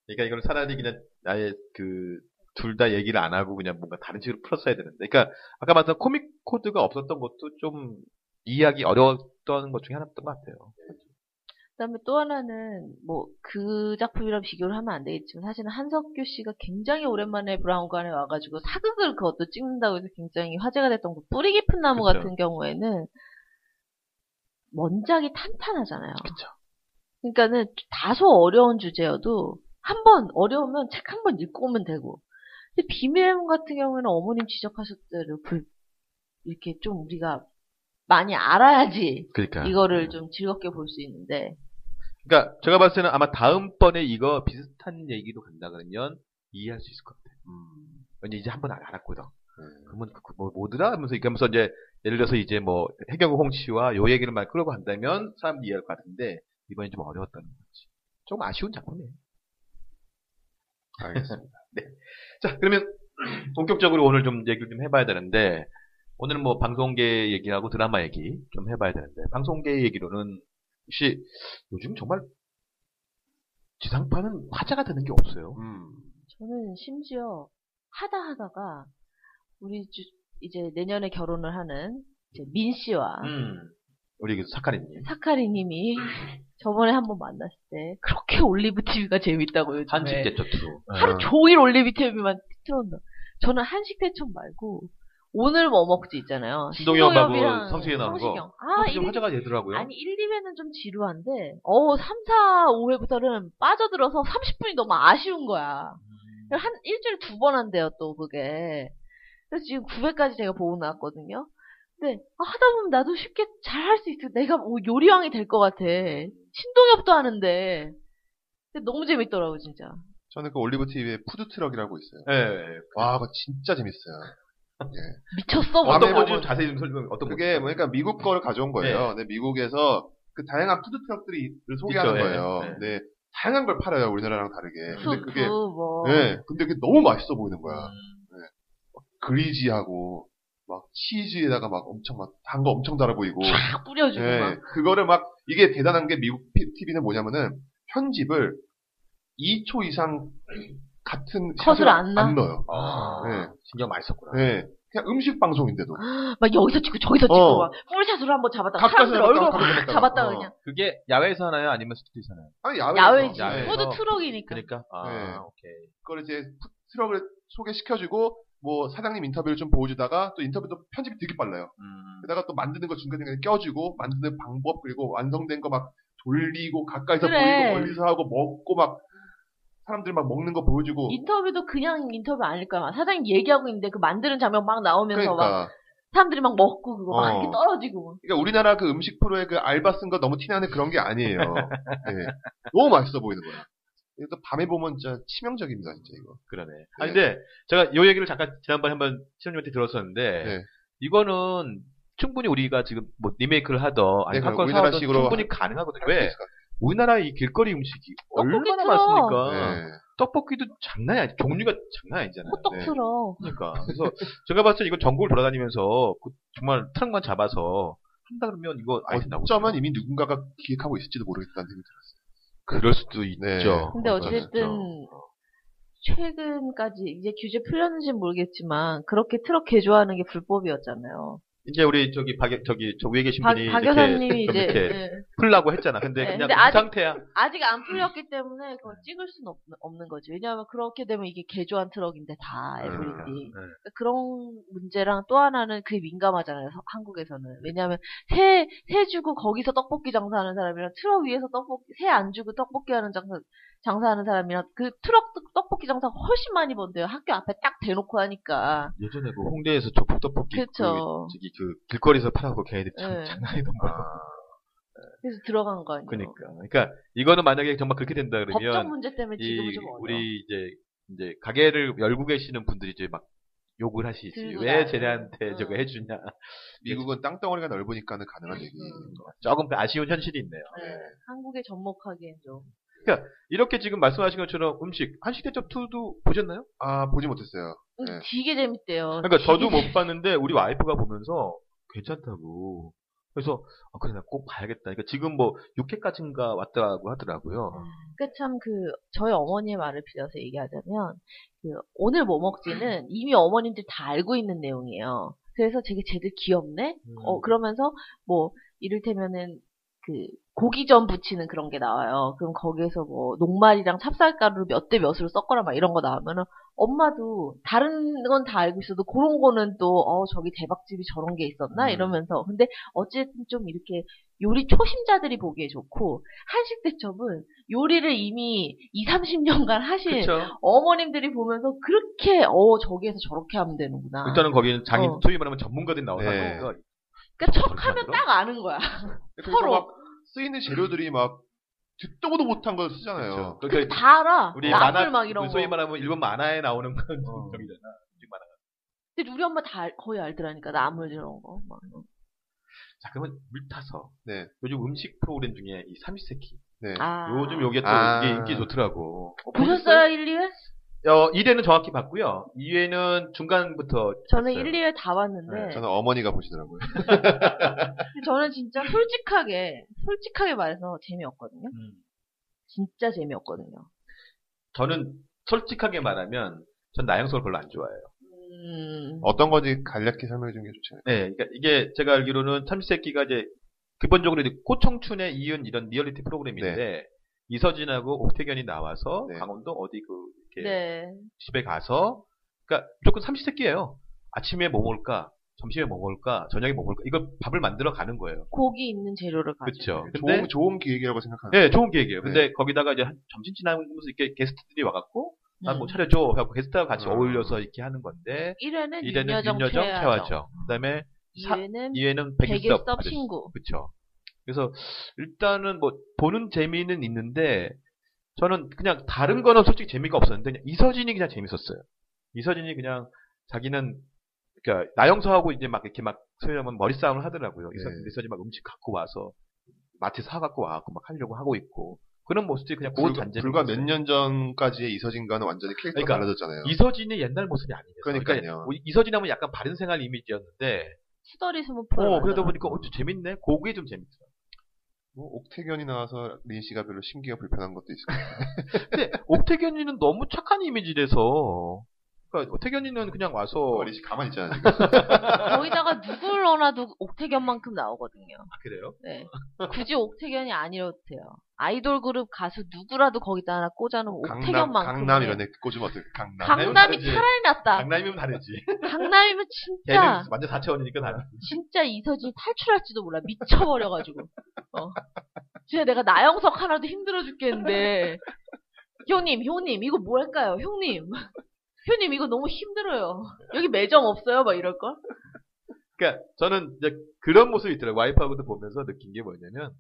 S3: 그러니까 이걸 차라리 그냥 아예 그 둘 다 얘기를 안 하고 그냥 뭔가 다른 식으로 풀었어야 되는데. 그러니까 아까 말했던 코믹 코드가 없었던 것도 좀 이해하기 어려웠던 것 중에 하나였던 것 같아요.
S2: 그다음에 또 하나는 뭐 그 작품이랑 비교를 하면 안 되겠지만 사실은 한석규 씨가 굉장히 오랜만에 브라운관에 와가지고 사극을 그것도 찍는다고 해서 굉장히 화제가 됐던 그 뿌리 깊은 나무
S3: 그쵸.
S2: 같은 경우에는 원작이 탄탄하잖아요.
S3: 그쵸.
S2: 그러니까는 다소 어려운 주제여도 한 번 어려우면 책 한 번 읽고 오면 되고. 근데 비밀의 문 같은 경우에는 어머님 지적하셨 대로 불- 이렇게 좀 우리가 많이 알아야지
S3: 그러니까.
S2: 이거를 좀 즐겁게 볼 수 있는데
S3: 그러니까 제가 봤을 때는 아마 다음번에 이거 비슷한 얘기도 간다 그러면 이해할 수 있을 것 같아요. 왜냐면 이제 한 번 알았거든. 그러면 그- 뭐 뭐더라 하면서 이렇게 하면서 이제 예를 들어서 이제 뭐 해경구 홍치와 요 얘기를 막 끌고 간다면 사람들이 이해할 것 같은데 이번엔 좀 어려웠다는 거지. 조금 아쉬운 작품이에요.
S4: 알겠습니다.
S3: 자 그러면 본격적으로 오늘 좀 얘기를 좀 해봐야 되는데 오늘은 뭐 방송계 얘기하고 드라마 얘기 좀 해봐야 되는데 방송계 얘기로는 혹시 요즘 정말 지상파는 화제가 되는 게 없어요.
S4: 음,
S2: 저는 심지어 하다 하다가 우리 주- 이제 내년에 결혼을 하는 이제 민 씨와
S3: 음. 우리 그 사카리님.
S2: 사카리님이 저번에 한번 만났을 때 그렇게 올리브 TV가 재밌다고 요즘에
S3: 한식 음. 대처투.
S2: 하루 종일 올리브 TV만 틀었나? 저는 한식 대첩 말고 오늘 뭐 먹지 있잖아요.
S3: 신동엽하고
S2: 신동엽이랑
S3: 성시경 나오는 거.
S2: 성시경. 아,
S3: 좀
S2: 일-
S3: 화제가 되더라고요.
S2: 아니 1, 2회는 좀 지루한데 어 3, 4, 5회부터는 빠져들어서 30분이 너무 아쉬운 거야.
S4: 음.
S2: 한 일주일에 두 번 한대요 또 그게. 그래서 지금 9회까지 제가 보고 나왔거든요. 근데 아, 하다 보면 나도 쉽게 잘 할 수 있어. 내가 뭐 요리왕이 될 것 같아. 신동엽도 하는데. 근데 너무 재밌더라고 진짜.
S4: 저는 그 올리브 TV에 푸드 트럭이라고 있어요.
S3: 예, 예.
S4: 와, 그거 진짜 재밌어요.
S2: 미쳤어. 뭐.
S4: 밤에
S3: 어떤
S2: 너무.
S3: 거지? 좀 자세히 좀 설명. 어떤
S4: 그게 뭐니까 미국 거를 가져온 그렇죠. 거예요.
S3: 네.
S4: 근데 미국에서 그 다양한 푸드 트럭들이 소개하는
S3: 있죠, 예.
S4: 거예요.
S3: 네.
S4: 근데 다양한 걸 팔아요 우리나라랑 다르게. 근데
S2: 수프
S4: 그렇죠. 그게
S2: 뭐.
S4: 예, 근데 그게 너무 맛있어 보이는 거야. 예. 그리지하고 막 치즈에다가 막 엄청 막 단 거 엄청 달아 보이고.
S2: 쫙 뿌려주고
S4: 예,
S2: 막.
S4: 그거를 막 이게 대단한 게 미국 TV는 뭐냐면은 편집을 2초 이상 같은
S2: 컷을
S4: 샷을
S2: 안 넣어?
S4: 넣어요.
S3: 아, 네.
S4: 예.
S3: 신경 많이 썼구나.
S4: 예, 그냥 음식 방송인데도
S2: 막 여기서 찍고 저기서 찍고
S4: 어.
S2: 막 풀샷으로 한번 잡았다.
S4: 가까이서
S2: 사람들
S4: 잡았다가
S2: 얼굴
S4: 가까이서
S2: 확
S4: 잡았다가.
S2: 잡았다
S4: 어.
S2: 그냥.
S3: 그게 야외에서 하나요? 아니면 스튜디오에서 하나요?
S4: 아니 야외
S2: 야외지.
S3: 네.
S2: 모두
S3: 어.
S2: 트럭이니까.
S3: 그러니까. 아,
S4: 네.
S3: 오케이.
S4: 그걸 이제 푸- 트럭을 소개시켜주고 뭐 사장님 인터뷰를 좀 보여주다가 또 인터뷰도 편집이 되게 빨라요.
S3: 음.
S4: 게다가 또 만드는 거 중간중간에 껴주고 만드는 방법 그리고 완성된 거 막 돌리고 가까이서
S2: 그래.
S4: 보이고 멀리서 하고 먹고 막 사람들 막 먹는 거 보여주고
S2: 인터뷰도 그냥 인터뷰 아닐 거야. 막 사장님 얘기하고 있는데 그 만드는 장면 막 나오면서 막
S4: 그러니까
S2: 사람들이 막 먹고 그거 막
S4: 어.
S2: 이렇게 떨어지고. 막.
S4: 그러니까 우리나라 그 음식 프로의 그 알바 쓴 거 너무 티나는 그런 게 아니에요. 예. 너무 맛있어 보이는 거야. 이것도 밤에 보면 진짜 치명적입니다, 진짜 이거.
S3: 그러네. 아 근데 제가 요 얘기를 잠깐 지난번에 한번 시청님한테 들었었는데
S4: 네.
S3: 이거는 충분히 우리가 지금 뭐 리메이크를 하던 아니
S4: 네,
S3: 팝콘
S4: 그럼
S3: 사와도
S4: 우리나라식으로
S3: 충분히
S4: 할-
S3: 가능하거든요.
S4: 할수
S3: 왜
S4: 있을 것
S3: 우리나라의 이 길거리 음식이 얼마나
S2: 떡볶이죠.
S3: 많습니까?
S4: 같아요. 네.
S3: 떡볶이도 장난이 아니 종류가 장난 아니잖아요.
S2: 호떡
S4: 네.
S2: 틀어.
S3: 그러니까 그래서 제가 봤을 때 이거 전국을 돌아다니면서 그 정말 트럭만 잡아서 한다 그러면 이거 안 된다고.
S4: 어쩌면 이미 누군가가 기획하고 있을지도 모르겠다는 생각이 들어요.
S3: 그럴 수도 있죠.
S4: 네.
S2: 근데
S4: 그렇죠.
S2: 어쨌든 최근까지 이제 규제 풀렸는지는 모르겠지만 그렇게 트럭 개조하는 게 불법이었잖아요.
S3: 이제 우리 저기 박 저기 저 위에 계신
S2: 박,
S3: 분이
S2: 박
S3: 이렇게
S2: 여사님이
S3: 좀
S2: 이제
S3: 이렇게
S2: 네.
S3: 풀라고 했잖아. 근데
S2: 네,
S3: 그냥
S2: 근데
S3: 그
S2: 아직-
S3: 상태야.
S2: 아직 안 풀렸기 때문에 그걸 찍을 수는 없, 없는 거지. 왜냐하면 그렇게 되면 이게 개조한 트럭인데 다
S3: 그러니까,
S2: 에브리띵.
S3: 네.
S2: 그런 문제랑 또 하나는 그게 민감하잖아요. 서- 한국에서는. 왜냐하면 새, 새 주고 거기서 떡볶이 장사하는 사람이랑 트럭 위에서 떡볶이, 새 안 주고 떡볶이 하는 장사, 장사하는 사람이랑 그 트럭 떡- 떡볶이 장사가 훨씬 많이 번대요. 학교 앞에 딱 대놓고 하니까.
S3: 예전에 그 홍대에서 조폭 떡볶이 그
S2: 그쵸.
S3: 저기 그 길거리에서 팔아고 걔네들 참
S2: 네.
S3: 장난이던 거야.
S2: 그래서 들어간 거 아니에요.
S3: 그러니까. 그러니까 이거는 만약에 정말 그렇게 된다
S2: 법적
S3: 그러면
S2: 문제 때문에 지금은
S3: 이
S2: 좀 어려워.
S3: 우리 이제 이제 가게를 열고 계시는 분들이 이제 막 욕을 하시지.
S2: 들고
S3: 왜
S2: 나가요.
S3: 쟤네한테
S2: 응.
S3: 저거 해주냐. 네.
S4: 미국은 땅덩어리가 넓으니까는 가능한 예. 얘기.
S2: 음.
S3: 조금 그 아쉬운 현실이 있네요.
S2: 네, 한국에 접목하기엔 좀.
S3: 이렇게 지금 말씀하신 것처럼 음식 한식대첩 2도 보셨나요?
S4: 아 보지 못했어요. 네.
S2: 되게 재밌대요.
S3: 그러니까 저도
S2: 되게
S3: 못 봤는데 우리 와이프가 보면서 괜찮다고. 그래서 아, 그래 나 꼭 봐야겠다. 그러니까 지금 뭐 6회까지인가 왔다고 하더라고요.
S2: 음. 그참 그 저희 어머니의 말을 빌려서 얘기하자면 그 오늘 뭐 먹지는 이미 어머님들 다 알고 있는 내용이에요. 그래서 되게 쟤들 귀엽네.
S3: 음.
S2: 어 그러면서 뭐 이를테면은 그 고기전 부치는 그런 게 나와요. 그럼 거기에서 뭐 녹말이랑 찹쌀가루 몇 대 몇으로 섞어라 막 이런 거 나오면은 엄마도 다른 건 다 알고 있어도 그런 거는 또 어 저기 대박집이 저런 게 있었나
S3: 음.
S2: 이러면서 근데 어쨌든 좀 이렇게 요리 초심자들이 보기에 좋고 한식 대첩은 요리를 이미 2, 30년간 하신
S3: 그렇죠.
S2: 어머님들이 보면서 그렇게 어 저기에서 저렇게 하면 되는구나.
S3: 일단은 거기는 장인
S2: 아. 어.
S3: 소위 말하면 전문가들이 나와서
S4: 네.
S3: 하는 거니까
S2: 그러니까
S3: 저렇게
S2: 척하면
S3: 하더라?
S2: 딱 아는 거야.
S4: 그래서
S2: 서로.
S4: 막 쓰이는 재료들이 막 듣도 보도 못한 걸 쓰잖아요.
S3: 그러니까
S2: 다 알아.
S3: 우리
S2: 나물
S3: 만화
S2: 막 이런
S3: 우리
S2: 거.
S3: 소위 말하면 일본 만화에 나오는 그런
S4: 어.
S3: 정이잖아. 음식 만화.
S2: 근데 우리 엄마 다 알- 거의 알더라니까 나물 이런 거. 막.
S3: 자 그러면 물 타서
S4: 네.
S3: 요즘 음식 프로그램 중에 이 삼시세끼
S4: 네.
S2: 아.
S3: 요즘 요게 또
S4: 아.
S3: 이게 인기 좋더라고. 어,
S2: 보셨어요 1, 2회?
S3: 어, 1회는 정확히 봤고요. 2회는 중간부터
S2: 저는
S3: 봤어요.
S2: 1, 2회 다 봤는데
S3: 네,
S4: 저는 어머니가 보시더라고요.
S2: 저는 진짜 솔직하게 솔직하게 말해서 재미없거든요.
S3: 음.
S2: 진짜 재미없거든요.
S3: 저는 솔직하게 말하면 전 나영석을 별로 안 좋아해요.
S2: 음.
S4: 어떤 건지 간략히 설명해 주는 게 좋잖아요.
S3: 네, 그러니까 이게 제가 알기로는 참새끼가 이제 기본적으로 이제 고청춘에 이은 이런 리얼리티 프로그램인데 이서진하고 옥태견이 나와서
S4: 네.
S3: 강원도 어디 그 이렇게
S2: 네.
S3: 집에 가서 그러니까 무조건 삼시세끼예요. 아침에 뭐 먹을까, 점심에 뭐 먹을까, 저녁에 뭐 먹을까 이걸 밥을 만들어 가는 거예요.
S2: 고기 있는 재료를 가지고.
S3: 그렇죠. 근데
S4: 아, 좋은, 좋은 기획이라고 생각하는데.
S3: 네, 좋은 계획이에요. 근데 거기다가 이제 한- 점심 지나면서 이렇게 게스트들이 와갖고 나 뭐
S2: 음.
S3: 차려줘. 하고 게스트하고 같이
S4: 음.
S3: 어울려서 이렇게 하는 건데
S2: 1회는
S3: 이회는
S2: 윤여정,
S3: 윤여정
S2: 최화정.
S3: 태화정. 그다음에 사-
S2: 2회는 백일섭
S3: 2회는 백일섭 아저씨.
S2: 친구.
S3: 그쵸. 그래서 일단은 뭐 보는 재미는 있는데 저는 그냥 다른 거는 솔직히 재미가 없었는데 그냥 이서진이 그냥 재밌었어요. 이서진이 그냥 자기는 그러니까 나영서하고 이제 막 이렇게 막 소위하면 머리 싸움을 하더라고요. 이서-
S4: 네.
S3: 이서진이 막 음식 갖고 와서 마트 사 갖고 와갖고 막 하려고 하고 있고 그런 모습들이 그냥 보고
S4: 불과,
S3: 잔재
S4: 불과 몇 년 전까지의 이서진과는 완전히 캐릭터가
S3: 그러니까
S4: 달라졌잖아요.
S3: 이서진의 옛날 모습이 아니에요. 뭐
S4: 그러니까요.
S3: 이서진 하면 약간 바른 생활 이미지였는데
S2: 수더리 스무포.
S3: 어, 그러다 보니까 어, 좀 재밌네. 그게 좀 재밌어.
S4: 뭐 옥태견이 나와서 린 씨가 별로 심기가 불편한 것도 있을 거예요.
S3: 근데 옥태견이는 너무 착한 이미지라서 그러니까 옥태견이는 그냥 와서
S4: 린씨 가만히 있잖아, 지금.
S2: 거기다가 누굴 넣어놔도 옥태견만큼 나오거든요.
S3: 아, 그래요?
S2: 네. 굳이 옥태견이 아니어도 돼요. 아이돌 그룹 가수 누구라도 거기다 하나 꽂아놓으면
S4: 강남,
S2: 옥태견만큼.
S4: 강남 이런 애 꽂으면 어떡해, 강남.
S3: 강-
S2: 네. 강남이
S3: 다르지.
S2: 차라리 낫다.
S3: 강남이면 다르지.
S2: 강남이면
S3: 걔는
S2: 진짜
S3: 완전 4차원이니까 다르지.
S2: 진짜 이서진 탈출할지도 몰라 미쳐버려가지고. 어. 진짜 내가 나영석 하나도 힘들어 죽겠는데. 형님, 형님, 이거 뭘까요? 형님. 형님, 이거 너무 힘들어요. 여기 매점 없어요? 막 이럴걸?
S3: 그러니까 저는 이제 그런 모습이 있더라고요. 와이프하고도 보면서 느낀 게 뭐냐면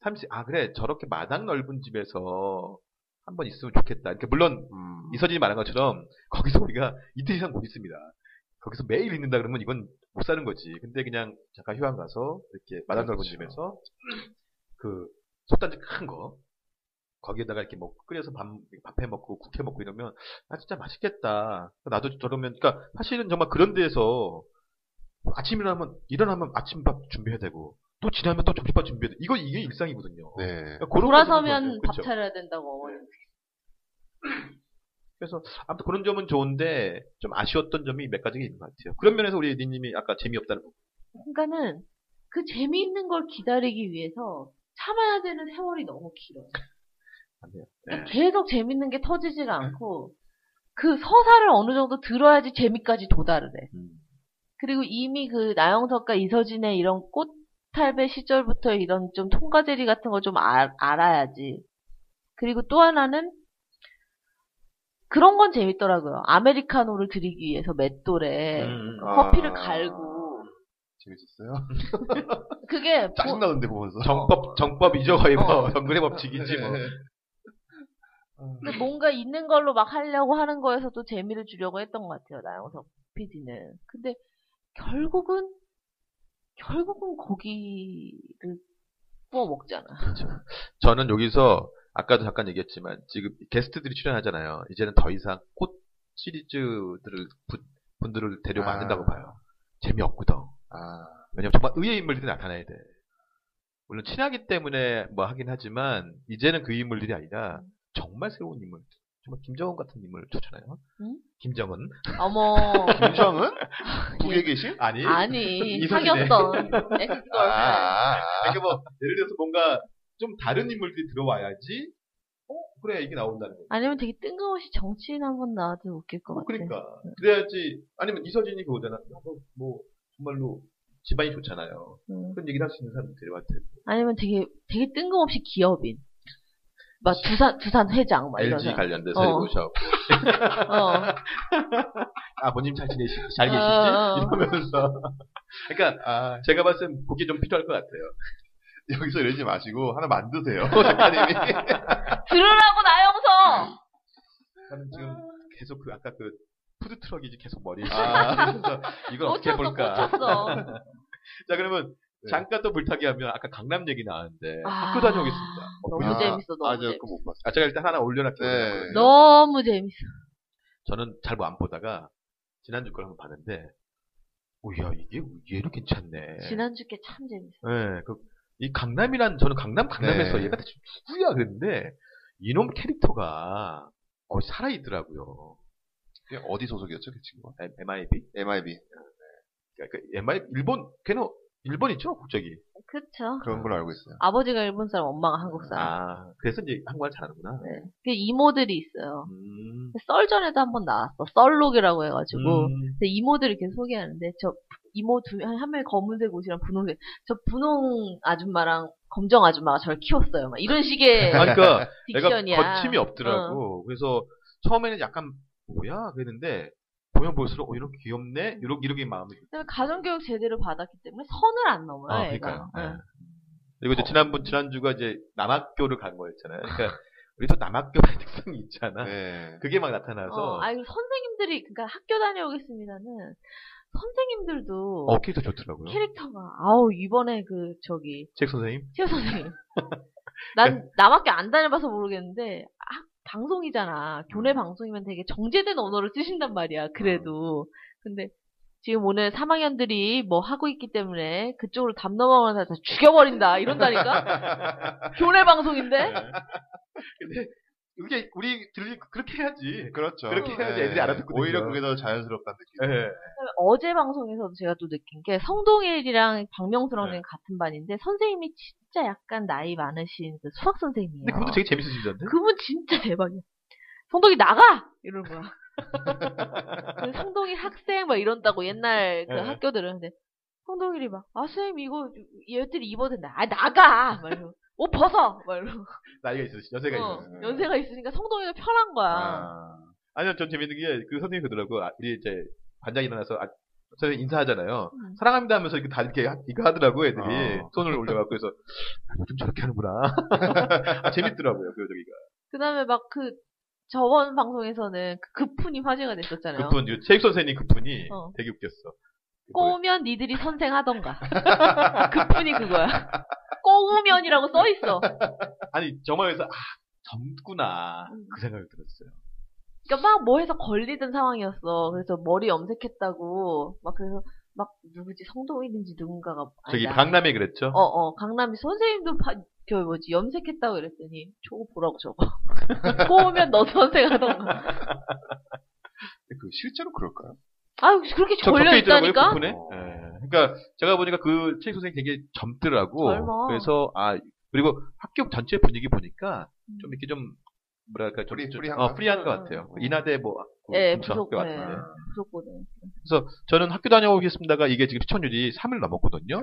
S3: 삼시 아 그래 저렇게 마당 넓은 집에서 한 번 있으면 좋겠다. 그러니까 물론
S4: 음.
S3: 이서진이 말한 것처럼 거기서 우리가 이틀 이상 못 있습니다. 거기서 매일 있는다 그러면 이건 못 사는 거지. 근데 그냥 잠깐 휴양 가서 이렇게 마당 넓은
S4: 그렇죠.
S3: 집에서 그 솥단지 큰 거. 거기에다가 이렇게 뭐 끓여서 밥, 밥해 먹고 국해 먹고 이러면 아 진짜 맛있겠다. 나도 저러면 그러니까 사실은 정말 그런 데에서 아침 일어나면 일어나면 아침밥 준비해야 되고 또 지나면 또 점심밥 준비해야 돼. 이거 이게 일상이거든요.
S4: 네.
S3: 그러니까 그런
S2: 돌아서면
S3: 거죠. 그렇죠.
S2: 밥 차려야 된다고 어머니.
S3: 그래서 아무튼 그런 점은 좋은데 좀 아쉬웠던 점이 몇 가지가 있는 것 같아요. 그런 면에서 우리 니님이 아까 재미없다는 부분.
S2: 그러니까는 그 재미있는 걸 기다리기 위해서 참아야 되는 세월이 너무 길어.
S3: 맞네요.
S2: 그러니까 계속 재밌는 게 터지지가 않고 그 서사를 어느 정도 들어야지 재미까지 도달을 해.
S4: 음.
S2: 그리고 이미 그 나영석과 이서진의 이런 꽃탈배 시절부터 이런 좀 통과제리 같은 걸 좀 알아야지. 그리고 또 하나는 그런 건 재밌더라고요. 아메리카노를 드리기 위해서 맷돌에
S3: 음.
S4: 아.
S2: 커피를 갈고
S4: 재밌었어요?
S2: 그게 보-
S4: 짜증나는데 보면서.
S3: 뭐 정법 정법이죠 거의 뭐
S4: 어.
S3: 정근의 법칙이지 뭐. 어.
S4: 네.
S2: 근데 뭔가 있는 걸로 막 하려고 하는 거에서도 재미를 주려고 했던 것 같아요, 나영석 PD는. 근데 결국은, 결국은 고기를 구워 먹잖아.
S3: 저는 여기서 아까도 잠깐 얘기했지만 지금 게스트들이 출연하잖아요. 이제는 더 이상 꽃 시리즈들을 부- 분들을 데려오면 안 된다고
S4: 아.
S3: 봐요. 재미없거든.
S4: 아,
S3: 왜냐면 정말 의의 인물들이 나타나야 돼. 물론 친하기 때문에 뭐 하긴 하지만 이제는 그 인물들이 아니라 정말 새로운 인물. 정말 김정은 같은 인물 좋잖아요.
S2: 응?
S3: 김정은
S2: 어머. 예.
S4: 김정은? 북에 계신?
S3: 아니.
S2: 아니,
S3: 이성이네.
S2: 사귀었던. 엑스걸.
S4: 아, 아, 아.
S3: 그러니까 뭐 예를 들어서 뭔가 좀 다른 인물들이 들어와야지. 어 그래 이게 나온다는 거.
S2: 아니면 되게 뜬금없이 정치인 한 번 나와도 웃길 것 같아.
S3: 그러니까 그래야지. 아니면 이서진이 그거잖아. 야, 너 뭐, 정말로 집안이 좋잖아요.
S2: 음.
S3: 그런 얘기를 할 수 있는 사람 데려왔대.
S2: 아니면 되게, 되게 뜬금없이 기업인. 막 두산, 두산 회장, 막 이런.
S3: LG 관련돼서
S2: 어.
S3: 데려오셔.
S2: 사람. 어.
S3: 아버님 잘 지내시 잘
S2: 어,
S3: 계시지?
S2: 어, 어.
S3: 이러면서. 그러니까
S4: 아,
S3: 제가 봤을 땐 그게 좀 필요할 것 같아요.
S4: 여기서 이러지 마시고 하나 만드세요. 작가님이.
S2: 들으라고, 나영석!
S3: 저는 지금 계속 그 아까 그 푸드 트럭이 계속 머리에
S4: 아.
S3: 그래서 이걸 어떻게
S2: 꽂혔어,
S3: 볼까?
S2: 꽂혔어.
S3: 자 그러면
S4: 네.
S3: 잠깐 또 불타기하면 아까 강남 얘기
S2: 아.
S3: 나왔는데 네, 학교 다녀오겠습니다.
S2: 너무
S3: 아,
S2: 재밌어, 너무
S4: 아, 저
S2: 재밌어.
S4: 그거 못 봤어요.
S3: 아, 제가 일단 하나 올려놨거든요.
S4: 네.
S2: 너무 재밌어.
S3: 저는 잘뭐 안 보다가 지난주 걸 한번 봤는데, 오야 이게 얘도 괜찮네.
S2: 지난주 게 참 재밌어.
S3: 네, 그, 이 강남이란, 저는 강남, 강남에서
S4: 네.
S3: 얘가 대체 누구야 그랬는데, 이놈 캐릭터가, 어, 살아있더라고요.
S4: 이게 어디 소속이었죠, 그 친구가?
S3: M- MIB?
S4: MIB.
S3: 그러니까 그 MIB, 일본, 걔는, 일본이죠, 국적이.
S2: 그쵸.
S4: 그런 걸로 알고 있어요.
S2: 아버지가 일본 사람, 엄마가 한국 사람.
S3: 아, 그래서 이제 한국말 잘하는구나.
S2: 네. 그 이모들이 있어요.
S3: 음.
S2: 썰전에도 한 번 나왔어. 썰록이라고 해가지고.
S3: 음.
S2: 근데 이모들을 이렇게 소개하는데, 저 이모 두, 한, 한 명이 검은색 옷이랑 분홍색, 저 분홍 아줌마랑 검정 아줌마가 저를 키웠어요. 막 이런 식의
S3: 아니, 그러니까 내가
S2: 딕션이야.
S3: 거침이
S2: 어.
S3: 없더라고. 그래서 처음에는 약간 뭐야 그랬는데 보면 볼수록 어 이런 귀엽네 이렇게 이렇게 마음이
S2: 근데 가정교육 제대로 받았기 때문에 선을 안 넘어요.
S3: 아,
S2: 애가.
S3: 그러니까요.
S2: 응.
S3: 예. 그리고
S2: 어.
S3: 이제 지난번 지난주가 이제 남학교를 간 거였잖아요. 그러니까 우리 또 남학교의 특성이 있잖아.
S4: 네.
S3: 그게 막
S2: 어,
S3: 나타나서
S2: 아니, 선생님들이, 그러니까 학교 다녀오겠습니다는 선생님들도
S3: 어 캐릭터 좋더라고요.
S2: 캐릭터가 아우 이번에 그 저기
S3: 잭 선생님.
S2: 최 선생님 난 나밖에 안 다녀봐서 모르겠는데 학- 방송이잖아
S3: 음.
S2: 교내 방송이면 되게 정제된 언어를 쓰신단 말이야 그래도 근데 지금 오늘 3학년들이 뭐 하고 있기 때문에 그쪽으로 담 넘어가면서 다 죽여버린다 이런다니까 교내 방송인데
S3: 근데 이게 우리 들리 그렇게 해야지.
S4: 그렇죠.
S3: 그렇게 해야지 애들이 알아듣거든요.
S4: 오히려 그게 더 자연스럽다는 느낌.
S3: 예.
S2: 그다음에 어제 방송에서도 제가 또 느낀 게 성동일이랑 박명수랑
S3: 네.
S2: 같은 반인데 선생님이 진짜 약간 나이 많으신 그 수학 선생님이에요
S3: 근데 그분도 되게 재밌으시던데.
S2: 그분 진짜 대박이야. 성동이 나가! 이러는 거야. 그 성동이 학생 막 이런다고 옛날 그
S3: 네.
S2: 학교들은 근데 성동일이 막 아 선생님 이거 얘들이 입어도 된다. 아 나가! 막 이러고 옷 벗어! 막 이러고
S3: 나이가 있으시 연세가
S2: 어,
S3: 있으시.
S4: 있어요.
S2: 연세가 있으니까 성동이가 편한 거야.
S4: 아,
S3: 아니요, 전 재밌는 게 그 선생님이 그러더라고. 아, 우리 이제 반장 일어나서 아, 선생님 인사하잖아요.
S2: 음.
S3: 사랑합니다 하면서 이렇게 다 이렇게 하- 이거 하더라고 애들이
S4: 어.
S3: 손을 올려갖고 그래서 아, 요즘 저렇게 하는구나. 아, 재밌더라고요 그 저기가.
S2: 그다음에 막 그 저번 방송에서는 그 그푼이 화제가 됐었잖아요.
S3: 그분 체육 선생님 그분이
S2: 어.
S3: 되게 웃겼어.
S2: 꼬우면 니들이 선생하던가. 그뿐이 그거야. 꼬우면이라고 써 있어.
S3: 아니 정말 그래서 아 젊구나
S2: 음.
S3: 그 생각이 들었어요.
S2: 그러니까 막 뭐 해서 걸리던 상황이었어. 그래서 머리 염색했다고 막 그래서 막 누구지 성동이든지 누군가가
S3: 저기
S2: 아니다.
S3: 강남에 그랬죠.
S2: 어, 어, 강남이 선생님도 파, 그 뭐지, 염색했다고 그랬더니, 저거 보라고 저거. 꼬우면 너 선생하던가.
S4: 그 실제로 그럴까요?
S2: 아유, 그렇게
S3: 저 적혀 있더라고요
S2: 걸려있다니까?
S3: 그분에. 예. 그러니까 제가 보니까 그 체육 선생님 되게 젊더라고.
S2: 젊어.
S3: 그래서 아 그리고 학교 전체 분위기 보니까
S2: 음.
S3: 좀 이렇게 좀 뭐랄까 좀,
S4: 프리-
S3: 좀-
S4: 프리한가?
S3: 어, 프리한 것 같아요.
S4: 음.
S3: 인하대 뭐
S2: 예,
S3: 근처 학교
S2: 부속, 예.
S3: 같은데.
S2: 무조건.
S3: 저는 학교 다녀오겠습니다가 이게 지금 시청률이 3을 넘었거든요.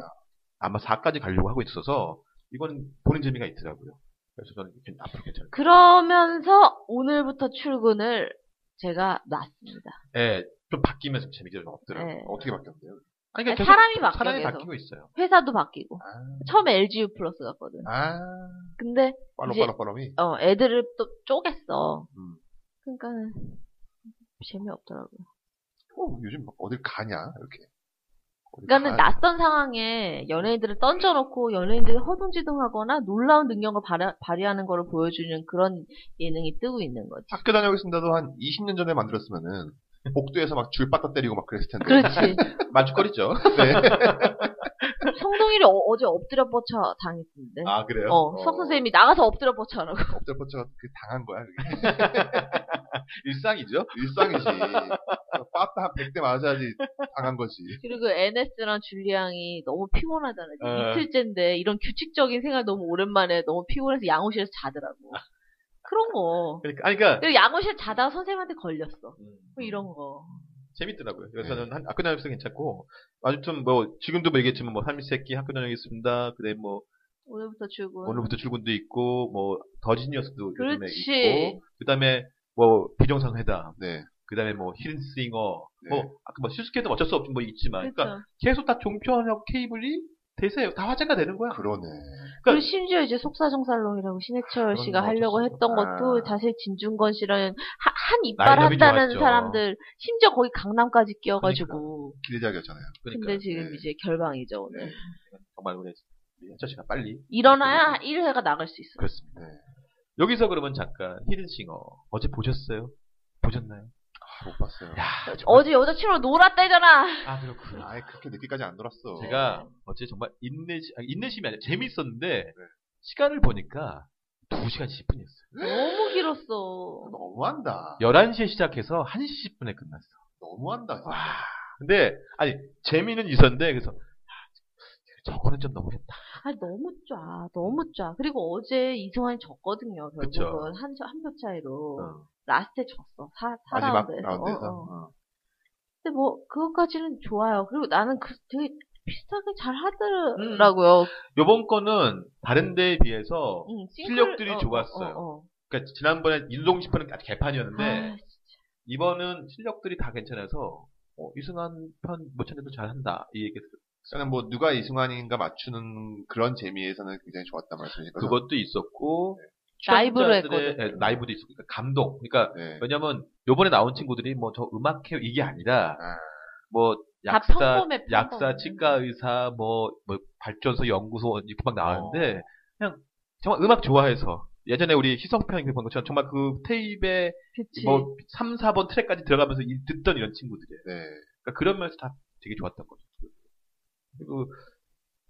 S3: 아마 4까지 가려고 하고 있어서 이건 보는 재미가 있더라고요. 그래서 저는 괜- 앞으로 괜찮을 것
S2: 그러면서 오늘부터 출근을 제가 놨습니다.
S3: 같아요. 예, 좀 바뀌면서 재미가 좀 없더라고요.
S2: 예.
S4: 어떻게 바뀌었대요?
S3: 아니, 그러니까
S2: 아니,
S3: 계속
S2: 사람이 바뀌어,
S3: 사람이
S2: 계속.
S3: 바뀌고 있어요.
S2: 회사도 바뀌고.
S4: 아,
S2: 처음에 LGU 플러스 갔거든.
S4: 아
S2: 근데,
S4: 빨로
S2: 이제-
S4: 빨로 빨로미.
S2: 어, 애들을 또 쪼갰어.
S3: 음.
S2: 그러니까 재미없더라고요.
S4: 어,
S3: 뭐
S4: 요즘 막 어딜 가냐 이렇게. 어딜
S2: 그러니까는
S3: 아.
S4: 가냐.
S2: 낯선 상황에 연예인들을 던져놓고 연예인들이 허둥지둥하거나 놀라운 능력을 발휘, 발휘하는 거를 보여주는 그런 예능이 뜨고 있는 거지.
S4: 학교 다녀오겠습니다도 한 20년 전에 만들었으면은
S3: 음.
S4: 복도에서 막 줄 빠따 때리고 막 그랬을 텐데.
S2: 그렇지.
S3: 만족거리죠.
S4: 네.
S2: 성동일이 어, 제 엎드려 뻗쳐 당했는데.
S3: 아, 그래요?
S2: 어, 수학 선생님이 나가서 엎드려 뻗쳐라고.
S4: 엎드려 뻗쳐가 그 당한 거야. 그게.
S3: 일상이죠?
S4: 일상이지. 빠따 한 100대 맞아야지 당한 거지.
S2: 그리고 NS랑 줄리앙이 너무 피곤하잖아요. 지금
S3: 에.
S2: 이틀째인데 이런 규칙적인 생활 너무 오랜만에 너무 피곤해서 양호실에서 자더라고. 그런 거.
S3: 그러니까, 아니, 그러니까
S2: 그리고 양호실 자다가 선생님한테 걸렸어. 뭐 이런 거.
S3: 재밌더라고요. 그래서
S4: 네.
S3: 저는 한- 학교 다녔을 때 괜찮고, 아무튼 뭐, 지금도 뭐 얘기했지만 뭐, 삼시세끼 학교 다녀오겠습니다. 그 다음에 뭐,
S2: 오늘부터 출근.
S3: 오늘부터 출근도 있고, 뭐, 더지니어스도 요즘에
S2: 음. 그렇지.
S3: 있고, 그 다음에 뭐, 비정상회담,
S4: 네.
S3: 그 다음에 뭐, 힐싱어,
S4: 네.
S3: 뭐, 아까 뭐, 실수케도 어쩔 수 없지 뭐 있지만,
S2: 그쵸.
S3: 그러니까 계속 다 종편하고 케이블이 대세예요. 다 화제가 되는 거야.
S4: 그러네.
S2: 그리고 심지어 이제 속사정살롱이라고 신해철
S4: 그런
S2: 씨가
S4: 거
S2: 하려고
S4: 어쩔 수
S2: 했던
S4: 없다.
S2: 것도 사실 진중건 씨랑 한, 한 이빨
S3: 라인업이
S2: 한다는
S3: 좋았죠.
S2: 사람들 심지어 거기 강남까지 끼어가지고
S4: 길작이었잖아요.
S2: 근데 지금
S4: 네.
S2: 이제 결방이죠 오늘
S4: 네.
S3: 그러니까 정말 우리 아저씨가 빨리.
S2: 일어나야 1회가 나갈 수 있어
S3: 그렇습니다.
S4: 네.
S3: 여기서 그러면 잠깐 히든싱어 어제 보셨어요? 보셨나요?
S4: 아, 못 봤어요.
S3: 야
S2: 어제 여자친구랑 놀았다잖아
S3: 아 그렇구나.
S4: 아예 그렇게 늦게까지 안 놀았어.
S3: 제가 어제 정말 인내심 아니, 인내심이 아니라 재밌었는데
S4: 네.
S3: 시간을 보니까 2시간 10분이었어요.
S2: 너무 길었어
S4: 너무한다.
S3: 11시에 시작해서 1시 10분에 끝났어.
S4: 너무한다. 진짜.
S3: 근데 아니 재미는 있었는데 그래서 아, 저거는 좀 너무했다.
S2: 아 너무 짜 너무 짜 그리고 어제 이승환이 졌거든요 결국은 한 표 차이로
S3: 어.
S2: 라스트에 졌어 사, 사
S4: 마지막
S2: 라운드에서.
S4: 라운드에서.
S2: 어, 어.
S4: 어.
S2: 근데 뭐 그것까지는 좋아요. 그리고 나는 그 되게 비슷하게 잘 하더라고요.
S3: 음. 요번 거는 다른 데에
S4: 네.
S3: 비해서
S2: 응,
S3: 실력들이 좋았어요. 그러니까 지난번에 윤동식 편은 아직 개판이었는데
S2: 아,
S3: 이번은 실력들이 다 괜찮아서 어, 이승환 편 모찬데도 잘한다 이 얘기
S4: 저는 뭐 누가 이승환인가 맞추는 그런 재미에서는 굉장히 좋았단 말씀이니까.
S3: 그것도 있었고
S2: 아, 라이브로
S3: 출연자들의-
S2: 했거든.
S3: 예, 라이브도 있었고 그러니까 감동 그러니까
S4: 네.
S3: 왜냐면 요번에 나온 친구들이 뭐 저 음악회 이게 아니라
S4: 아.
S3: 뭐
S2: 다
S3: 약사
S2: 평범해, 평범해.
S3: 약사 치과 의사 뭐, 뭐 발전소 연구소 이렇게 막 나왔는데 그냥 정말 음악 좋아해서 예전에 우리 희성편 그 방금 정말 그 테이프에
S2: 그치.
S3: 뭐 3, 4번 트랙까지 들어가면서 이- 듣던 이런 친구들이에요.
S4: 네.
S3: 그러니까 그런 면에서 다 되게 좋았던 거죠. 그리고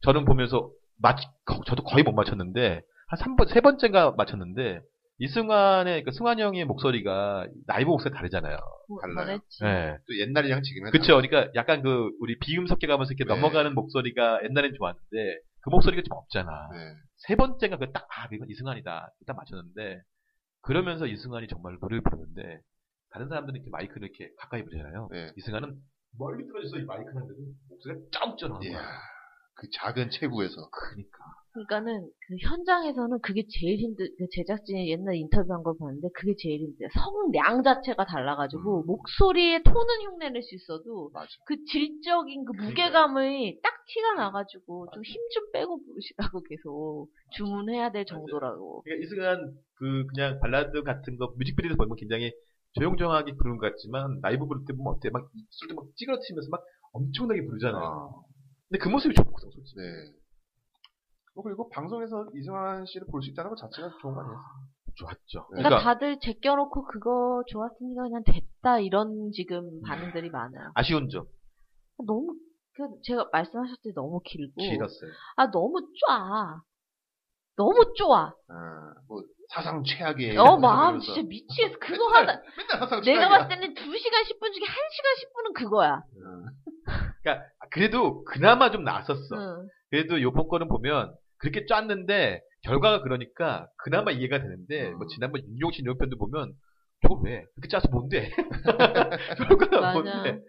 S3: 저는 보면서 맞 거- 저도 거의 못 맞췄는데 한 3번 세 번째가 맞췄는데 이승환의 그러니까 승환 형의 목소리가 나이브 목소리 다르잖아요.
S2: 뭐,
S4: 달라요.
S2: 잘했지.
S3: 네.
S4: 또 옛날이랑 지금은
S3: 그쵸. 그러니까 약간 그 우리 비음 섞여가면서 이렇게
S4: 네.
S3: 넘어가는 목소리가 옛날엔 좋았는데 그 목소리가 좀 없잖아.
S4: 네.
S3: 세 번째가 그 딱, 아, 이건 이승환이다. 딱 맞췄는데, 그러면서 이승환이 정말 노래를 부르는데, 다른 사람들은 이렇게 마이크를 이렇게 가까이 부잖아요.
S4: 네.
S3: 이승환은 멀리 떨어져서 이 마이크를 하는데도 목소리가 쩡쩡한
S4: 이야.
S3: 거야.
S4: 그 작은 체구에서
S3: 그니까.
S2: 그러니까는 그 현장에서는 그게 제일 힘들. 그 제작진이 옛날 인터뷰한 걸 봤는데 그게 제일 힘들. 성량 자체가 달라가지고
S4: 음.
S2: 목소리의 톤은 흉내낼 수 있어도
S4: 맞아.
S2: 그 질적인 그
S3: 그러니까요.
S2: 무게감이 딱 티가 나가지고 좀 힘 좀 빼고 부르시라고 계속 주문해야 될 정도라고.
S3: 그러니까 이 순간 그 그냥 발라드 같은 거 뮤직비디오에서 보면 굉장히 조용조용하게 부르는 것 같지만 라이브 부를 때 보면 어때? 막 입술도 막 찌그러치면서 막 엄청나게 부르잖아요. 근데 그 모습이 좋거든 솔직히.
S4: 네. 뭐 그리고 방송에서 이승환 씨를 볼 수 있다는 것 자체가 좋은 거 아니에요?
S3: 좋았죠.
S4: 네.
S2: 그러니까,
S3: 그러니까
S2: 다들 제껴놓고 그거 좋았으니까 그냥 됐다 이런 지금 반응들이 많아요.
S3: 아쉬운 점
S2: 너무 그 제가 말씀하셨듯이 너무 길고
S3: 길었어요.
S2: 아 너무 쪼아 너무 쪼아
S4: 아, 뭐 사상 최악의
S2: 어 마음
S4: 예, 그래서.
S2: 진짜 미치겠어 그거
S4: 맨날,
S2: 하나
S4: 맨날 사상
S2: 내가
S4: 최악이야.
S2: 봤을 때는 2시간 10분 중에 1시간 10분은 그거야
S4: 음,
S3: 그러니까 그래도 그나마 좀 나았었어.
S2: 응.
S3: 그래도 요번 거는 보면 그렇게 짰는데 결과가 그러니까 그나마 이해가 되는데
S4: 음.
S3: 뭐 지난번 윤종신 이런 편도 보면 저거 왜 그렇게 짜서 뭔데 결과가
S2: 맞아.
S3: 뭔데 그러니까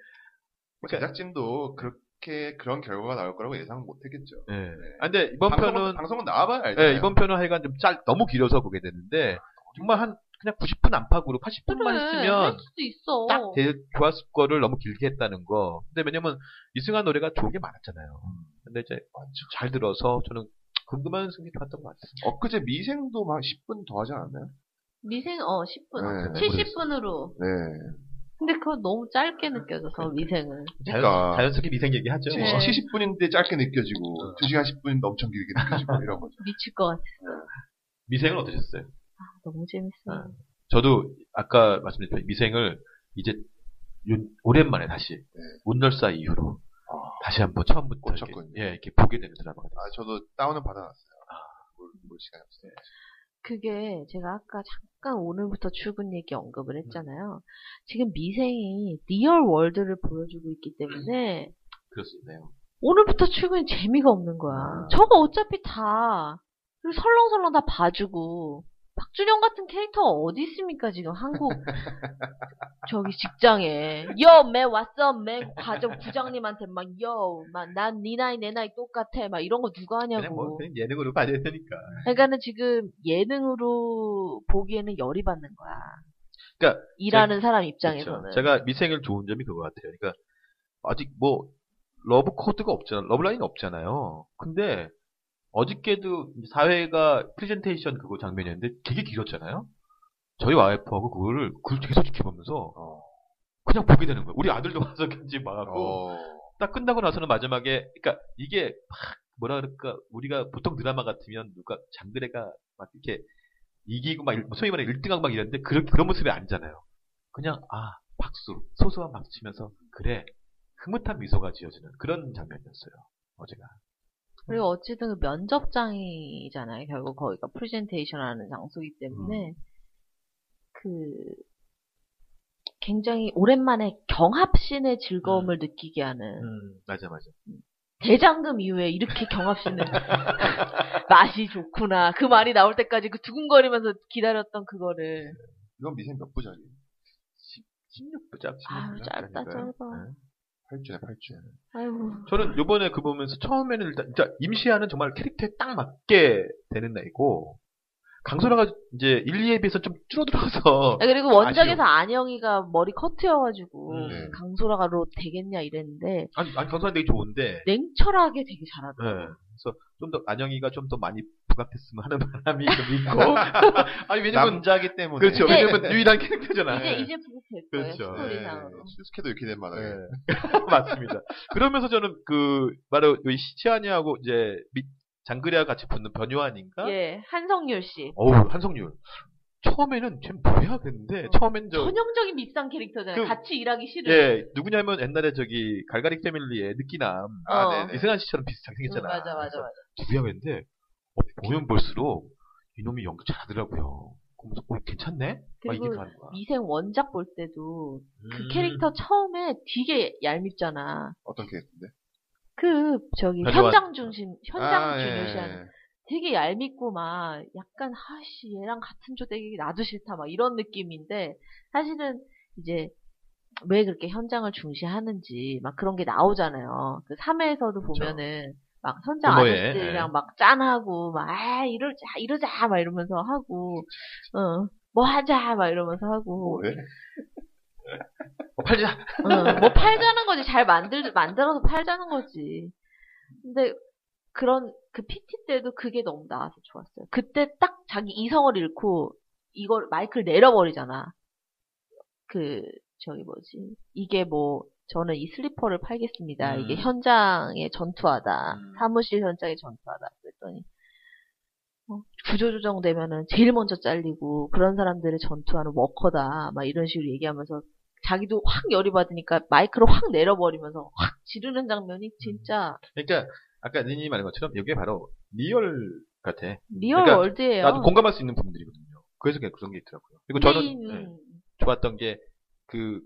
S4: 뭐 제작진도 그렇게 그런 결과가 나올 거라고 예상 못했겠죠.
S3: 예. 아, 근데 이번
S4: 네. 방송은,
S3: 편은
S4: 방송은 나와봐야 알죠.
S3: 예, 이번 편은 하여간 좀 짧, 너무 길어서 보게
S4: 아,
S3: 되는데 정말 한 그냥 90분 안팎으로 80분만
S2: 그래,
S3: 했으면
S2: 할 수도 있어
S3: 딱 될- 좋았을 거를 너무 길게 했다는 거. 근데 왜냐면 이승환 노래가 좋은 게 많았잖아요.
S4: 음.
S3: 근데 이제 잘 들어서 저는 궁금한 승리 좋았던 것 같아요.
S4: 엊그제 미생도 막 10분 더 하지 않았나요?
S2: 미생 어 10분
S4: 네.
S2: 70분으로
S4: 네.
S2: 근데 그거 너무 짧게 느껴져서 미생은
S3: 자연,
S4: 그러니까.
S3: 자연스럽게 어. 미생 얘기하죠.
S2: 네.
S4: 70, 70분인데 짧게 느껴지고 2시간 10분인데 엄청 길게 느껴지고 이런 거죠.
S2: 미칠 것 같아
S3: 미생은 어떠셨어요?
S2: 너무 재밌어
S3: 저도 아까 말씀드렸지만 미생을 이제 요- 오랜만에 다시 운열사 이후로 다시 한번 처음부터 이렇게,
S4: 꽂혔군요.
S3: 예, 이렇게 보게 되는 드라마가 됐어요.
S4: 아, 저도 다운을 받아놨어요. 볼, 볼 시간이 없어요.
S2: 그게 제가 아까 잠깐 오늘부터 출근 얘기 언급을 했잖아요 지금 미생이 리얼 월드를 보여주고 있기 때문에
S3: 그렇습니다.
S2: 오늘부터 출근이 재미가 없는 거야.
S4: 아.
S2: 저거 어차피 다 그리고 설렁설렁 다 봐주고 박준영 같은 캐릭터가 어디 있습니까 지금 한국 저기 직장에 여매 왔어 매 과정 부장님한테 막여막난 네 나이 내 나이 똑같아 막 이런 거 누가
S3: 그냥 뭐
S2: 하냐고
S3: 그냥 예능으로 봐야 되니까.
S2: 그러니까는 지금 예능으로 보기에는 열이 받는 거야
S3: 그러니까
S2: 일하는 사람
S3: 그렇죠.
S2: 입장에서는
S3: 제가 미생을 좋은 점이 그거 같아요. 그러니까 아직 뭐 러브 코드가 없잖아요. 러브라인 없잖아요. 근데 어저께도 이제 사회가 프레젠테이션 그거 장면이었는데 되게 길었잖아요. 저희 와이프하고 그거를 그걸 계속 지켜보면서
S4: 어.
S3: 그냥 보게 되는 거예요. 우리 아들도 와서 같이 막 하고
S4: 어.
S3: 딱 끝나고 나서는 마지막에 그러니까 이게 막 뭐라 그럴까 우리가 보통 드라마 같으면 누가 장그래가 막 이렇게 이기고 막 일- 소위 말해 1등하고 막 이랬는데 그런 그런 모습이 아니잖아요. 그냥 아 박수 소소한 박수 치면서 그래 흐뭇한 미소가 지어지는 그런 장면이었어요. 어제가
S2: 그리고 어쨌든 그 면접장이잖아요. 결국 거기가 프레젠테이션 하는 장소이기 때문에, 그, 굉장히 오랜만에 경합신의 즐거움을 느끼게 하는,
S3: 음. 맞아 맞아.
S2: 대장금 이후에 이렇게 경합신의 맛이 좋구나. 그 말이 나올 때까지 그 두근거리면서 기다렸던 그거를.
S4: 이건 미생 몇 부작이?
S3: 16부 작
S2: 아유, 짧다, 짧아.
S4: 팔주에팔주에
S2: 아이고.
S3: 저는 요번에 그 보면서 처음에는 일단 진짜 임시아는 정말 캐릭터에 딱 맞게 되는 나이고 강소라가 이제 1, 2에 비해서 좀 줄어들어서
S2: 아, 그리고 원작에서 안영이가 머리 커트여가지고,
S3: 음.
S4: 네.
S2: 강소라가로 되겠냐 이랬는데,
S3: 아니, 아니 강소라 되게 좋은데
S2: 냉철하게 되게 잘하더라고요.
S3: 예. 그래서 좀 더 안영이가 좀 더 많이 부각됐으면 하는 바람이 좀 있고 아니 왜냐면
S4: 남자기 때문에.
S3: 그렇죠
S2: 이제-
S3: 왜냐면 유일한 캐릭터잖아
S2: 이제
S3: 예.
S2: 이제 부족할 거예요
S3: 그렇죠.
S2: 스토리상으로.
S4: 수수께도 이렇게 된 만화에.
S3: 예. 맞습니다 그러면서 저는 그 바로 이 시치아니하고 이제 미- 장그리와 같이 붙는 변요한인가
S2: 예, 한성률 씨.
S3: 어우 한성률 처음에는 쟤 뭐야 근데
S2: 어.
S3: 처음엔 저
S2: 전형적인 밉상 캐릭터잖아요.
S3: 그-
S2: 같이 일하기 싫은.
S3: 예, 누구냐면 옛날에 저기 갈가리 패밀리의 느끼남
S4: 아,
S2: 어.
S4: 네네.
S3: 이승환 씨처럼 비슷하게
S2: 응,
S3: 생겼잖아. 그러니까
S2: 맞아, 맞아, 맞아.
S3: 두야인데 어, 보면 볼수록 이놈이 연기 잘하더라고요. 그러면서 어, 괜찮네? 막
S2: 그리고
S3: 이렇게 하는 거야.
S2: 미생 원작 볼 때도 그
S3: 음.
S2: 캐릭터 처음에 되게 얄밉잖아.
S4: 어떤 캐릭터인데?
S2: 그 저기
S3: 변요한.
S2: 현장 중심, 현장
S3: 예.
S4: 아,
S2: 중요시하는. 되게 얄밉고 막 약간 하씨 얘랑 같은 조대기 나도 싫다 막 이런 느낌인데 사실은 이제 왜 그렇게 현장을 중시하는지 막 그런 게 나오잖아요. 그 3회에서도 보면은 막 현장
S3: 부모의,
S2: 아저씨랑
S3: 예.
S2: 막 짠하고 막 아 이러자 이러자 막 이러면서 하고 어, 뭐 하자 막 이러면서 하고
S4: 뭐래?
S3: 어, 팔자.
S2: 어, 뭐 팔자는 거지 잘 만들 만들어서 팔자는 거지. 근데 그런 그 PT 때도 그게 너무 나와서 좋았어요. 그때 딱 자기 이성을 잃고 이걸 마이크를 내려버리잖아. 그 저기 뭐지 이게 뭐 저는 이 슬리퍼를 팔겠습니다.
S3: 음.
S2: 이게 현장에 전투하다.
S3: 음.
S2: 사무실 현장에 전투하다. 그랬더니 어, 구조조정되면은 제일 먼저 잘리고 그런 사람들을 전투하는 워커다. 막 이런 식으로 얘기하면서 자기도 확 열이 받으니까 마이크를 확 내려버리면서 확 지르는 장면이 진짜
S3: 그러니까 아까 니니 말한 것처럼 이게 바로 리얼 같아.
S2: 리얼
S3: 그러니까
S2: 월드예요.
S3: 나도 공감할 수 있는 부분들이거든요. 그래서 그냥 그런 게 있더라고요. 그리고 저는
S2: 게임은
S3: 예, 좋았던 게 그,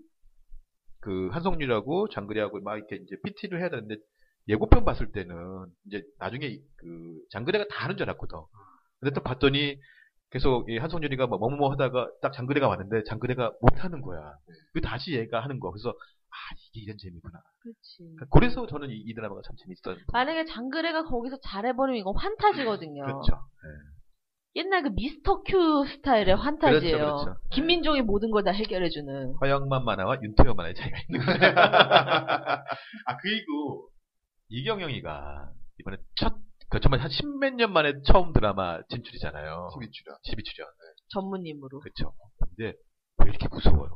S3: 그, 한성률하고 장그래하고 막 이렇게 이제 PT를 해야 되는데, 예고편 봤을 때는, 이제 나중에 그, 장그래가 다 하는 줄 알았거든. 근데 딱 봤더니, 계속 이 한성률이가 막 뭐뭐뭐 하다가 딱 장그래가 왔는데, 장그래가 못 하는 거야. 그 다시 얘가 하는 거. 그래서, 아, 이게 이런 재미구나.
S2: 그렇지.
S3: 그러니까 그래서 저는 이, 이 드라마가 참 재밌었던.
S2: 만약에 장그래가 거기서 잘해버리면 이건 환타지거든요.
S3: 그렇죠.
S2: 옛날 그 미스터 큐 스타일의 환타지예요.
S3: 그렇죠, 그렇죠.
S2: 김민종이 모든 걸 다 해결해주는.
S3: 화영만 만화와 윤태영 만화의 차이가 있는 거예요. 아, 그리고, 이경영이가, 이번에 첫, 그, 정말 한 십몇 년 만에 처음 드라마 진출이잖아요.
S4: 12주라.
S3: 12출연.
S2: 전문님으로.
S3: 그쵸. 근데, 왜 이렇게 무서워요?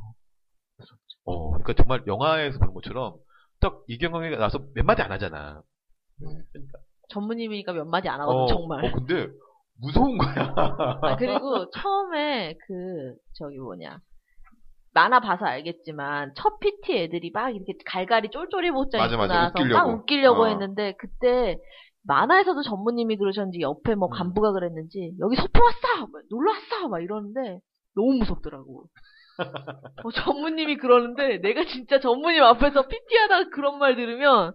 S3: 어, 그니까 정말 영화에서 보는 것처럼, 딱 이경영이가 나서 몇 마디 안 하잖아. 그러니까.
S2: 전문님이니까 몇 마디 안 하거든, 정말.
S3: 어, 근데, 무서운 거야.
S2: 아, 그리고 처음에 그, 저기 뭐냐. 만화 봐서 알겠지만, 첫 PT 애들이 막 이렇게 갈갈이 쫄쫄이 못자
S4: 맞아,
S2: 입고
S4: 맞아.
S2: 나서 막
S4: 웃기려고.
S2: 웃기려고
S4: 어.
S2: 했는데, 그때, 만화에서도 전무님이 그러셨는지, 옆에 뭐
S3: 음.
S2: 간부가 그랬는지, 여기 소풍 왔어! 막 놀러 왔어! 막 이러는데, 너무 무섭더라고. 어, 전무님이 그러는데, 내가 진짜 전무님 앞에서 PT 하다가 그런 말 들으면,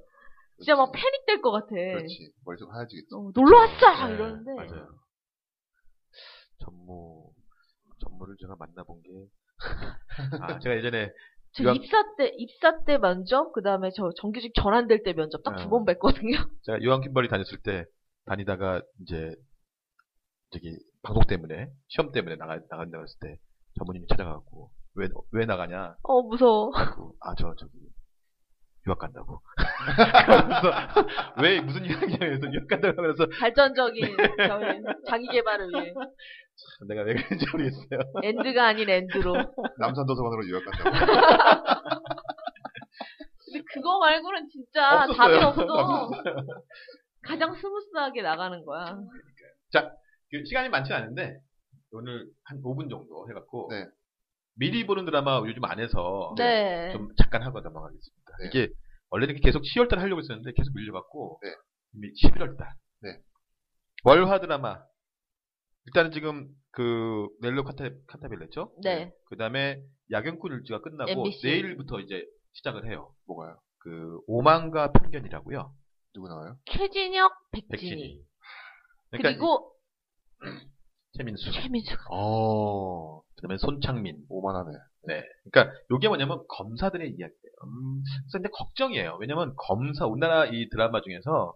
S2: 진짜 뭐 막 패닉될 것 같아.
S4: 그렇지. 머릿속 하얘지겠지.
S2: 어, 놀러 왔어!
S3: 네,
S2: 이러는데,
S3: 맞아요. 전무 전무를 제가 만나본 게 아, 제가 예전에
S2: 저
S3: 유학-
S2: 입사 때, 입사 때 면접, 그 다음에 저 정규직 전환될 때 면접 딱
S3: 아.
S2: 두 번 뵀거든요.
S3: 제가 요한 킴벌이 다녔을 때 다니다가 이제 저기 방송 때문에 시험 때문에 나가 나간다고 했을 때 전무님이 찾아가고 왜 왜 나가냐
S2: 어, 무서워.
S3: 아저 저기 유학 간다고 그러면서 왜 무슨 유학이냐면서 유학 간다고 하면서
S2: 발전적인
S3: 네.
S2: 저희 자기 개발을 위해.
S3: 내가 왜 그런지 모르겠어요
S2: 엔드가 아닌 엔드로.
S4: 남산 도서관으로 유학 간다고.
S2: 근데 그거 말고는 진짜
S3: 없었어요.
S2: 답이 없어. 가장 스무스하게 나가는 거야.
S3: 그 시간이 많진 않은데 오늘 한 5분 정도 해갖고
S4: 네.
S3: 미리 보는 드라마 요즘 안 해서
S2: 네.
S3: 좀 잠깐 하고 넘어가겠습니다.
S4: 네.
S3: 이게 원래는 계속 10월달 하려고 했었는데 계속 밀려갖고
S4: 네.
S3: 이미 11월달
S4: 네.
S3: 월화 드라마 일단은 지금 그 넬로 카타, 카타빌레죠?
S2: 네.
S3: 그 다음에 야경꾼 일주가 끝나고
S2: MBC.
S3: 내일부터 이제 시작을 해요.
S4: 뭐가요?
S3: 그 오만과 편견이라고요.
S4: 누구 나와요?
S2: 최진혁, 백진희.
S3: 백진이. 그러니까
S2: 그리고
S3: 이- 최민수.
S2: 최민수.
S4: 어,
S3: 그다음에 손창민.
S4: 오만하네.
S3: 네. 그러니까 이게 뭐냐면 검사들의 이야기예요. 그래서 근데 걱정이에요. 왜냐면 검사 우리나라 이 드라마 중에서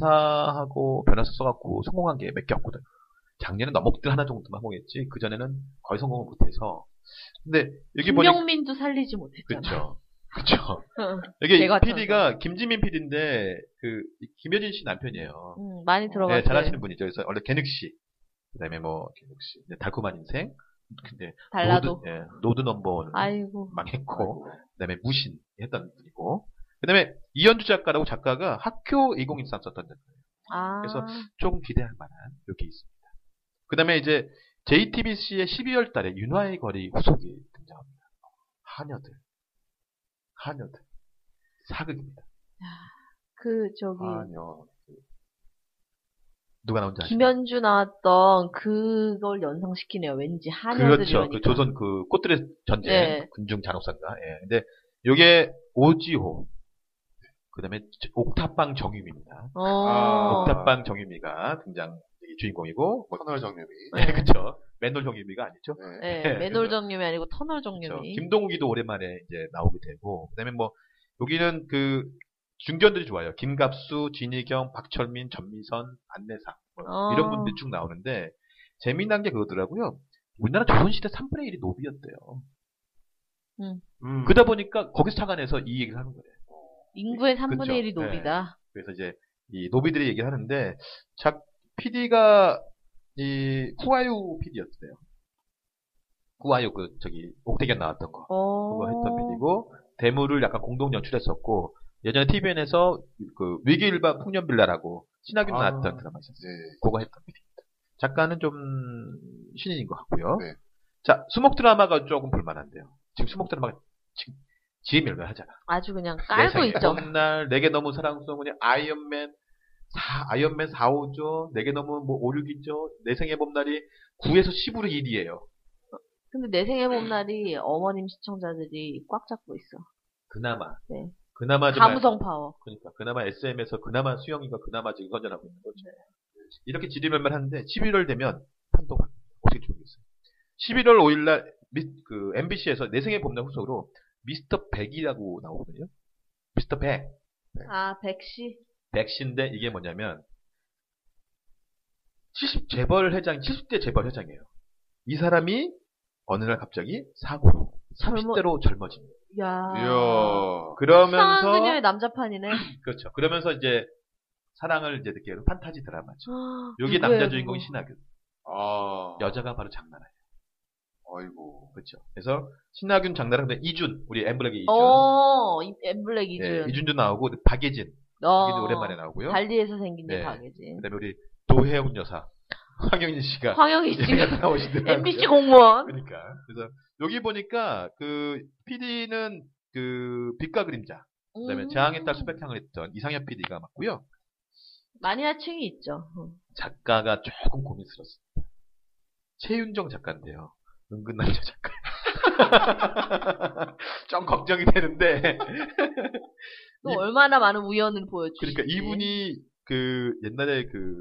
S3: 검사하고 변호사 써갖고 성공한 게 몇 개 없거든. 요 작년에 넘어들 하나 정도만 보겠지. 그 전에는 거의 성공을 못해서. 근데 여기 보니
S2: 김영민도 살리지 못했잖아.
S3: 그렇죠. 그렇죠.
S2: 응.
S3: 여기
S2: 제가
S3: PD가 김지민 PD인데 그 김효진 씨 남편이에요.
S2: 음, 많이 들어갔어요.
S3: 네, 잘하시는 분이죠. 그래서 원래 개늑 씨, 그다음에 뭐 개늑 씨, 네, 달콤한 인생, 근데
S2: 달라도.
S3: 노드, 예, 노드 넘버원
S2: 아이고.
S3: 망했고 그다음에 무신 했던 분이고 그다음에 이현주 작가라고 작가가 학교 2013 썼던 분
S2: 아.
S3: 그래서 조금 기대할 만한 이렇게 있습니다. 그다음에 이제 JTBC의 12월 달에 윤화의 거리 후속이 등장합니다. 하녀들 하녀들 사극입니다.
S2: 그, 저기.
S4: 아니요.
S3: 누가 나온지 아시죠?
S2: 김현주 나왔던 그걸 연상시키네요. 왠지
S3: 그렇죠.
S2: 한여들이니까.
S3: 그 조선 그 꽃들의 전쟁 그
S2: 네.
S3: 군중 잔혹사인가. 예. 근데 요게 오지호 그다음에 옥탑방 정유미입니다.
S2: 어.
S4: 아, 옥탑-
S3: 옥탑방 정유미가 등장 주인공이고 뭐,
S4: 터널 정유미.
S3: 네, 그쵸 맨홀 정유미가 아니죠.
S4: 네.
S2: 네,
S3: 예,
S2: 맨홀
S3: 그래서-
S2: 정유미 아니고 터널
S3: 그쵸.
S2: 정유미.
S3: 그렇죠. 김동욱이도 오랜만에 이제 나오게 되고 그다음에 뭐 여기는 그 중견들이 좋아요. 김갑수, 진희경, 박철민, 전미선, 안내상 뭐
S2: 어.
S3: 이런 분들 쭉 나오는데 재미난 게 그거더라고요. 우리나라 조선시대 3분의 1이 노비였대요.
S4: 음.
S3: 그러다 네. 보니까 거기서 착안해서 이 얘기를 하는 거예요.
S2: 인구의 3분의
S3: 그쵸.
S2: 1이 노비다.
S3: 그래서 이제 이 노비들이 얘기를 하는데 작 PD가 이 쿠아유 PD였어요. 쿠아유 그 저기 옥대견 나왔던 거.
S2: 어.
S3: 그거 했던 편이고 대물을 약간 공동 연출했었고 예전에 TVN에서 그 위기일반 풍년빌라라고 신하균
S4: 아.
S3: 나왔던 드라마 있었어요.
S4: 네.
S3: 그거 했던 편입니다. 작가는 좀 신인인 것 같고요.
S4: 네.
S3: 자 수목 드라마가 조금 볼만한데요. 지금 수목 드라마가 지금 지밀면 하잖아.
S2: 아주 그냥 깔고
S3: 세상에.
S2: 있죠.
S3: 봄날 내게 너무 사랑스러운 그냥 아이언맨 4, 아이언맨 4, 5죠. 내게 너무 뭐 5, 6이죠. 내 생의 봄날이 9에서 10으로 1이에요.
S2: 근데 내 생애 봄날이 어머님 시청자들이 꽉 잡고 있어.
S3: 그나마.
S2: 네.
S3: 그나마 좀
S2: 가무성 파워.
S3: 그러니까 그나마 SM에서 그나마 수영이가 그나마 지금 선전하고 있는 거죠.
S2: 네.
S3: 이렇게 지리멸멸 하는데 11월 되면 판도가 어떻게 모르겠어요. 11월 5일날 그 MBC에서 내생의 봄날 후속으로 미스터 백이라고 나오거든요. 미스터 백.
S2: 아, 백시.
S3: 백신데 이게 뭐냐면 70 재벌 회장 70대 재벌 회장이에요. 이 사람이 어느 날 갑자기 사고로 30대로 젊어집니다.
S2: 야.
S4: 이야.
S2: 이상한
S3: 그러면서
S2: 그녀의 남자판이네.
S3: 그렇죠. 그러면서 이제 사랑을 이제 느끼는 판타지
S2: 아,
S3: 드라마죠. 여기 남자 주인공이 신하균,
S4: 아.
S3: 여자가 바로 장나라예요.
S4: 아이고.
S3: 그렇죠. 그래서 신하균, 장나라, 근데 이준, 우리 엠블랙의 이준,
S2: 어, 이- 엠블랙 이준.
S3: 예, 이준도 나오고 근데 박예진,
S2: 어,
S3: 박예진 오랜만에 나오고요.
S2: 발리에서 생긴
S3: 네.
S2: 네. 방이지.
S3: 그다음에 우리 도혜영 여사, 황영진 씨가
S2: 황영이 지금
S3: 나오시더라고요.
S2: MBC 공무원.
S3: 그러니까. 그래서 여기 보니까 그 PD는 그 빛과 그림자, 그다음에
S2: 음.
S3: 재앙의 딸 수백향을 했던 이상현 PD가 맞고요.
S2: 마니아층이 있죠. 어.
S3: 작가가 조금 고민스럽습니다. 최윤정 작가인데요. 은근 남자 작가. 좀 걱정이 되는데
S2: 또
S3: 이-
S2: 얼마나 많은 우연을 보여주지.
S3: 예. 그러니까 이분이 그 옛날에 그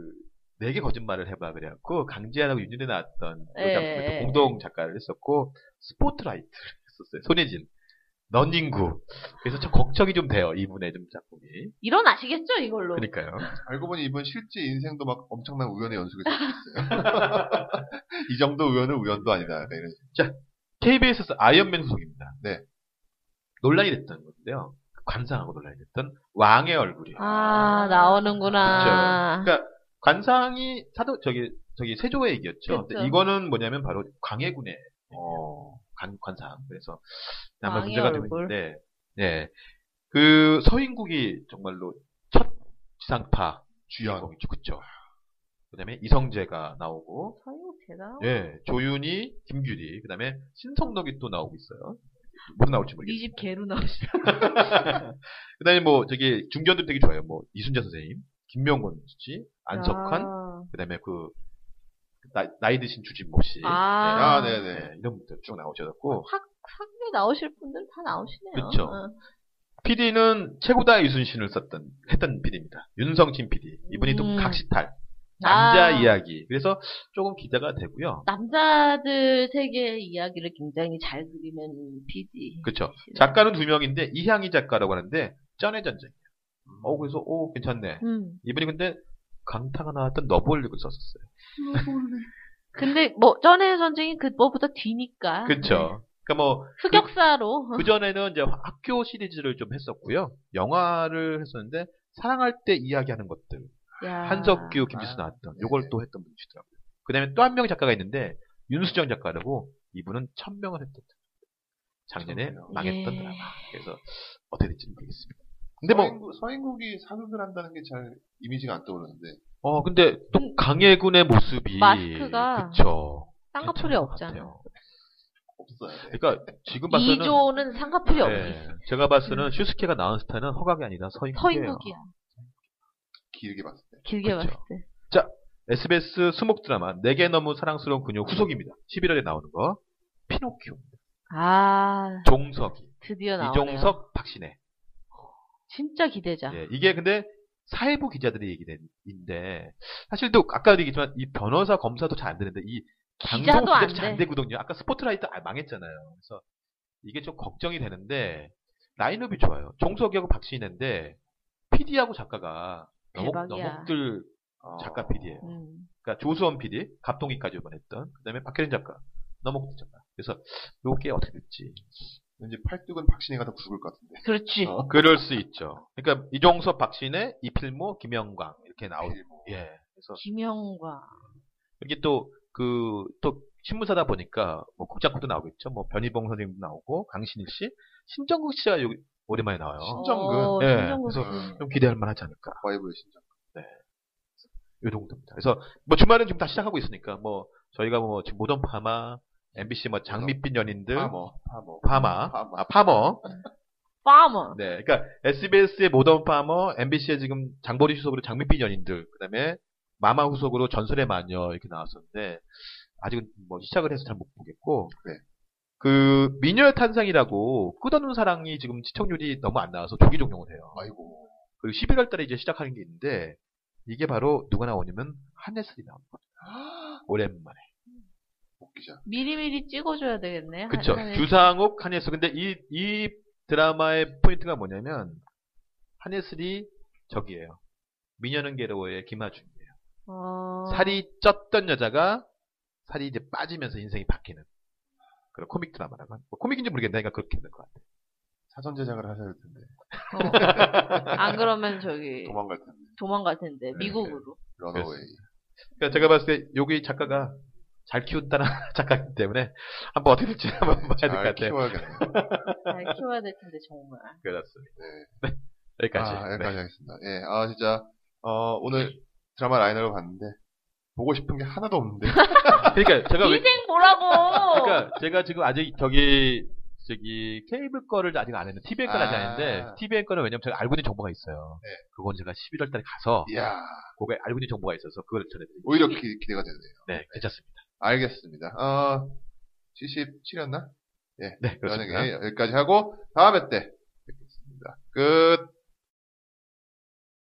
S3: 내게 거짓말을 해봐 그래갖고 강지한하고 윤준에 나왔던 그
S2: 예,
S3: 작품에 또
S2: 예.
S3: 공동 작가를 했었고 스포트라이트를 했었어요 손예진 넌닝구 그래서 저 걱정이 좀 돼요 이분의 좀 작품이
S2: 일어나시겠죠 이걸로.
S3: 그러니까요
S4: 알고 보니 이분 실제 인생도 막 엄청난 우연의 연속이 있어요. 이 정도 우연은 우연도 아니다. 약간 이런.
S3: KBS 아이언맨 후속입니다
S4: 네.
S3: 논란이 됐던 건데요 관상하고 논란이 됐던 왕의 얼굴이요
S2: 아 나오는구나.
S3: 그렇죠. 그러니까 관상이 사도 저기 저기 세조의 얘기였죠 근데
S2: 그렇죠.
S3: 이거는 뭐냐면 바로 광해군의
S4: 어.
S3: 관, 관상. 그래서 아마
S2: 왕의
S3: 문제가 되고
S2: 얼굴.
S3: 있는데, 예. 그 서인국이 정말로 첫 지상파
S4: 주연.
S3: 주인공이죠, 그쵸? 그다음에 이성재가 나오고,
S2: 서유 대단.
S3: 예, 조윤희, 김규리, 그다음에 신성덕이 또 나오고 있어요. 뭐 나올지 모르겠어요.
S2: 이집 개로 나오시죠.
S3: 그다음에 뭐 저기 중견들 되게 좋아요. 뭐 이순재 선생님, 김명곤 씨, 안석환, 그다음에 그 나이, 나이 드신 주진모 씨,
S2: 아.
S4: 아,
S3: 예,
S4: 네네.
S3: 예, 이런 분들 쭉 나오셨고,
S2: 학교에 나오실 분들 다 나오시네요.
S3: 그렇죠.
S2: 어.
S3: PD는 최고다 유순신을 썼던 했던 PD입니다. 윤성진 PD 이분이 또
S2: 음.
S3: 각시탈 남자
S2: 아.
S3: 이야기 그래서 조금 기대가 되고요.
S2: 남자들 세계 이야기를 굉장히 잘 그리는 PD.
S3: 그렇죠. 작가는 두 명인데 이향희 작가라고 하는데 짠의 전쟁. 어 그래서 오 괜찮네.
S2: 음.
S3: 이분이 근데 강타가 나왔던 너블릭을 썼었어요.
S2: 근데 뭐 전의 전쟁이 그 뭐보다 뒤니까.
S3: 그렇죠. 그러니까 뭐
S2: 네. 흑역사로.
S3: 그 전에는 이제 학교 시리즈를 좀 했었고요. 영화를 했었는데 사랑할 때 이야기하는 것들
S2: 어. 야.
S3: 한석규,
S2: 아,
S3: 김지수
S2: 네.
S3: 나왔던 요걸 또 했던 분이시더라고요. 그 다음에 또 한 명 작가가 있는데 윤수정 작가라고 이분은 천명을 했던 작년에
S4: 천명.
S3: 망했던
S2: 예.
S3: 드라마. 그래서 어떻게 될지 모르겠습니다. 근데 뭐,
S4: 서인국, 서인국이 사극을 한다는 게 잘 이미지가 안 떠오르는데.
S3: 어, 근데 또 강예군의 모습이.
S2: 음. 마스크가
S3: 그쵸.
S2: 쌍꺼풀이
S3: 괜찮은 것
S2: 없잖아.
S3: 같아요.
S4: 없어야 돼.
S3: 그러니까 지금 봐서는.
S2: 2조는 상가풀이 없어.
S3: 예, 제가 봤을 때는 슈스케가 나온 스타는 허각이 아니라 서인국이에요.
S2: 서인국이야.
S4: 길게 봤을 때.
S2: 길게
S3: 그쵸.
S2: 봤을 때.
S3: SBS 수목 드라마 내게 너무 사랑스러운 그녀 후속입니다. 11월에 나오는 거. 피노키오.
S2: 아,
S3: 종석이.
S2: 드디어 나오네요. 아.
S3: 이종석, 박신혜.
S2: 진짜 기대자.
S3: 예, 이게 근데 사회부 기자들의 얘기인데 사실 또 아까도 얘기했지만 이 변호사 검사도 잘 안 되는데 이
S2: 기자도 안
S3: 잘안
S2: 돼.
S3: 되거든요. 아까 스포트라이트 아- 망했잖아요. 그래서 이게 좀 걱정이 되는데 라인업이 좋아요. 종석이하고 박신혜인데 PD하고 작가가 너무
S2: 대박이야.
S3: 너목들
S4: 어.
S3: 작가 PD예요.
S2: 음.
S3: 그러니까 조수원 PD, 갑동이까지 이번했던 그다음에 박혜린 작가, 너목들 작가. 그래서 요게 어떻게 될지
S4: 왠지 팔뚝은 박신혜가 더 굵을 것 같은데.
S2: 그렇지.
S4: 어.
S3: 그럴 수 있죠. 그러니까 이종섭, 박신혜, 이필모, 김영광 이렇게 나오. 예. 그래서
S2: 김영과
S3: 여기 또 그 또 신문사다 보니까 뭐 국장도 나오겠죠. 뭐 변희봉 선생님도 나오고 강신일 씨, 신정국 씨가 여기 오랜만에 나와요.
S4: 신정근.
S2: 어,
S3: 예,
S2: 신정근.
S3: 그래서
S4: 음.
S3: 좀 기대할 만하지 않을까.
S4: 와이브의 신장.
S3: 요 정도입니다. 그래서 뭐 주말은 지금 다 시작하고 있으니까 뭐 저희가 뭐 지금 모던 파마, MBC 뭐 장밋빛 연인들,
S4: 파머. 파머.
S3: 파마,
S4: 파머.
S3: 아 파머,
S2: 파머.
S3: 네, 그러니까 SBS의 모던 파머, MBC의 지금 장보리 후속으로 장밋빛 연인들, 그다음에 마마 후속으로 전설의 마녀 이렇게 나왔었는데 아직은 뭐 시작을 해서 잘 못 보겠고
S4: 네.
S3: 그 미녀의 탄생이라고 끝없는 사랑이 지금 시청률이 너무 안 나와서 조기 종영을 해요.
S4: 아이고.
S3: 그리고 11월 달에 이제 시작하는 게 있는데 이게 바로 누가 나오냐면 한예슬이
S4: 아!
S3: 나옵니다. 오랜만에.
S4: 웃기자.
S2: 미리미리 찍어줘야 되겠네.
S3: 그쵸.
S2: 한- 한-
S3: 주상욱, 한예슬. 근데 이, 이 드라마의 포인트가 뭐냐면, 한예슬이 저기예요. 미녀는 괴로워의 김하중이에요.
S2: 어...
S3: 살이 쪘던 여자가 살이 이제 빠지면서 인생이 바뀌는 그런 코믹 드라마라고. 한- 뭐 코믹인지 모르겠네. 그러니까 그렇게 될 것 같아요.
S4: 사전 제작을 하셔야 될 텐데.
S2: 어. 안 그러면
S3: 네.
S2: 저기
S4: 도망갈 텐데.
S2: 도망... 갈 텐데
S4: 네.
S2: 미국으로.
S4: 런어웨이.
S3: 그러니까 제가 봤을 때 여기 작가가 잘 키운다는 작가이기 때문에 한번 어떻게 될지 한번 봐야 될 것
S4: 네. 잘
S3: 같아요.
S4: 키워야겠네요.
S2: 잘 키워야 될 텐데 정말.
S3: 그렇습니다.
S4: 네.
S3: 여기까지.
S4: 아,
S3: 네.
S4: 여기까지 하겠습니다. 예, 아, 진짜, 어, 오늘 드라마 라인업을 봤는데, 보고 싶은 게 하나도 없는데.
S3: 그러니까 제가 왜
S2: 인생 뭐라고?
S4: 어.
S3: 그러니까 제가 지금 아직 저기 저기 케이블 거를 아직 안 했는데 TBN 거는 아직 안 했는데
S4: 아.
S3: TBN 거는 왜냐면 제가 알고 있는 정보가 있어요.
S4: 네. 예.
S3: 그건 제가 11월 달에 가서
S4: 이야,
S3: 그거에 알고 있는 정보가 있어서 그걸 전해드리고
S4: 오히려 기, 기대가 되네요.
S3: 네 괜찮습니다.
S4: 알겠습니다. 어, 77이었나?
S3: 네
S4: 연예계
S3: 그렇습니다.
S4: 여기까지 하고, 다음에 때 뵙겠습니다. 끝.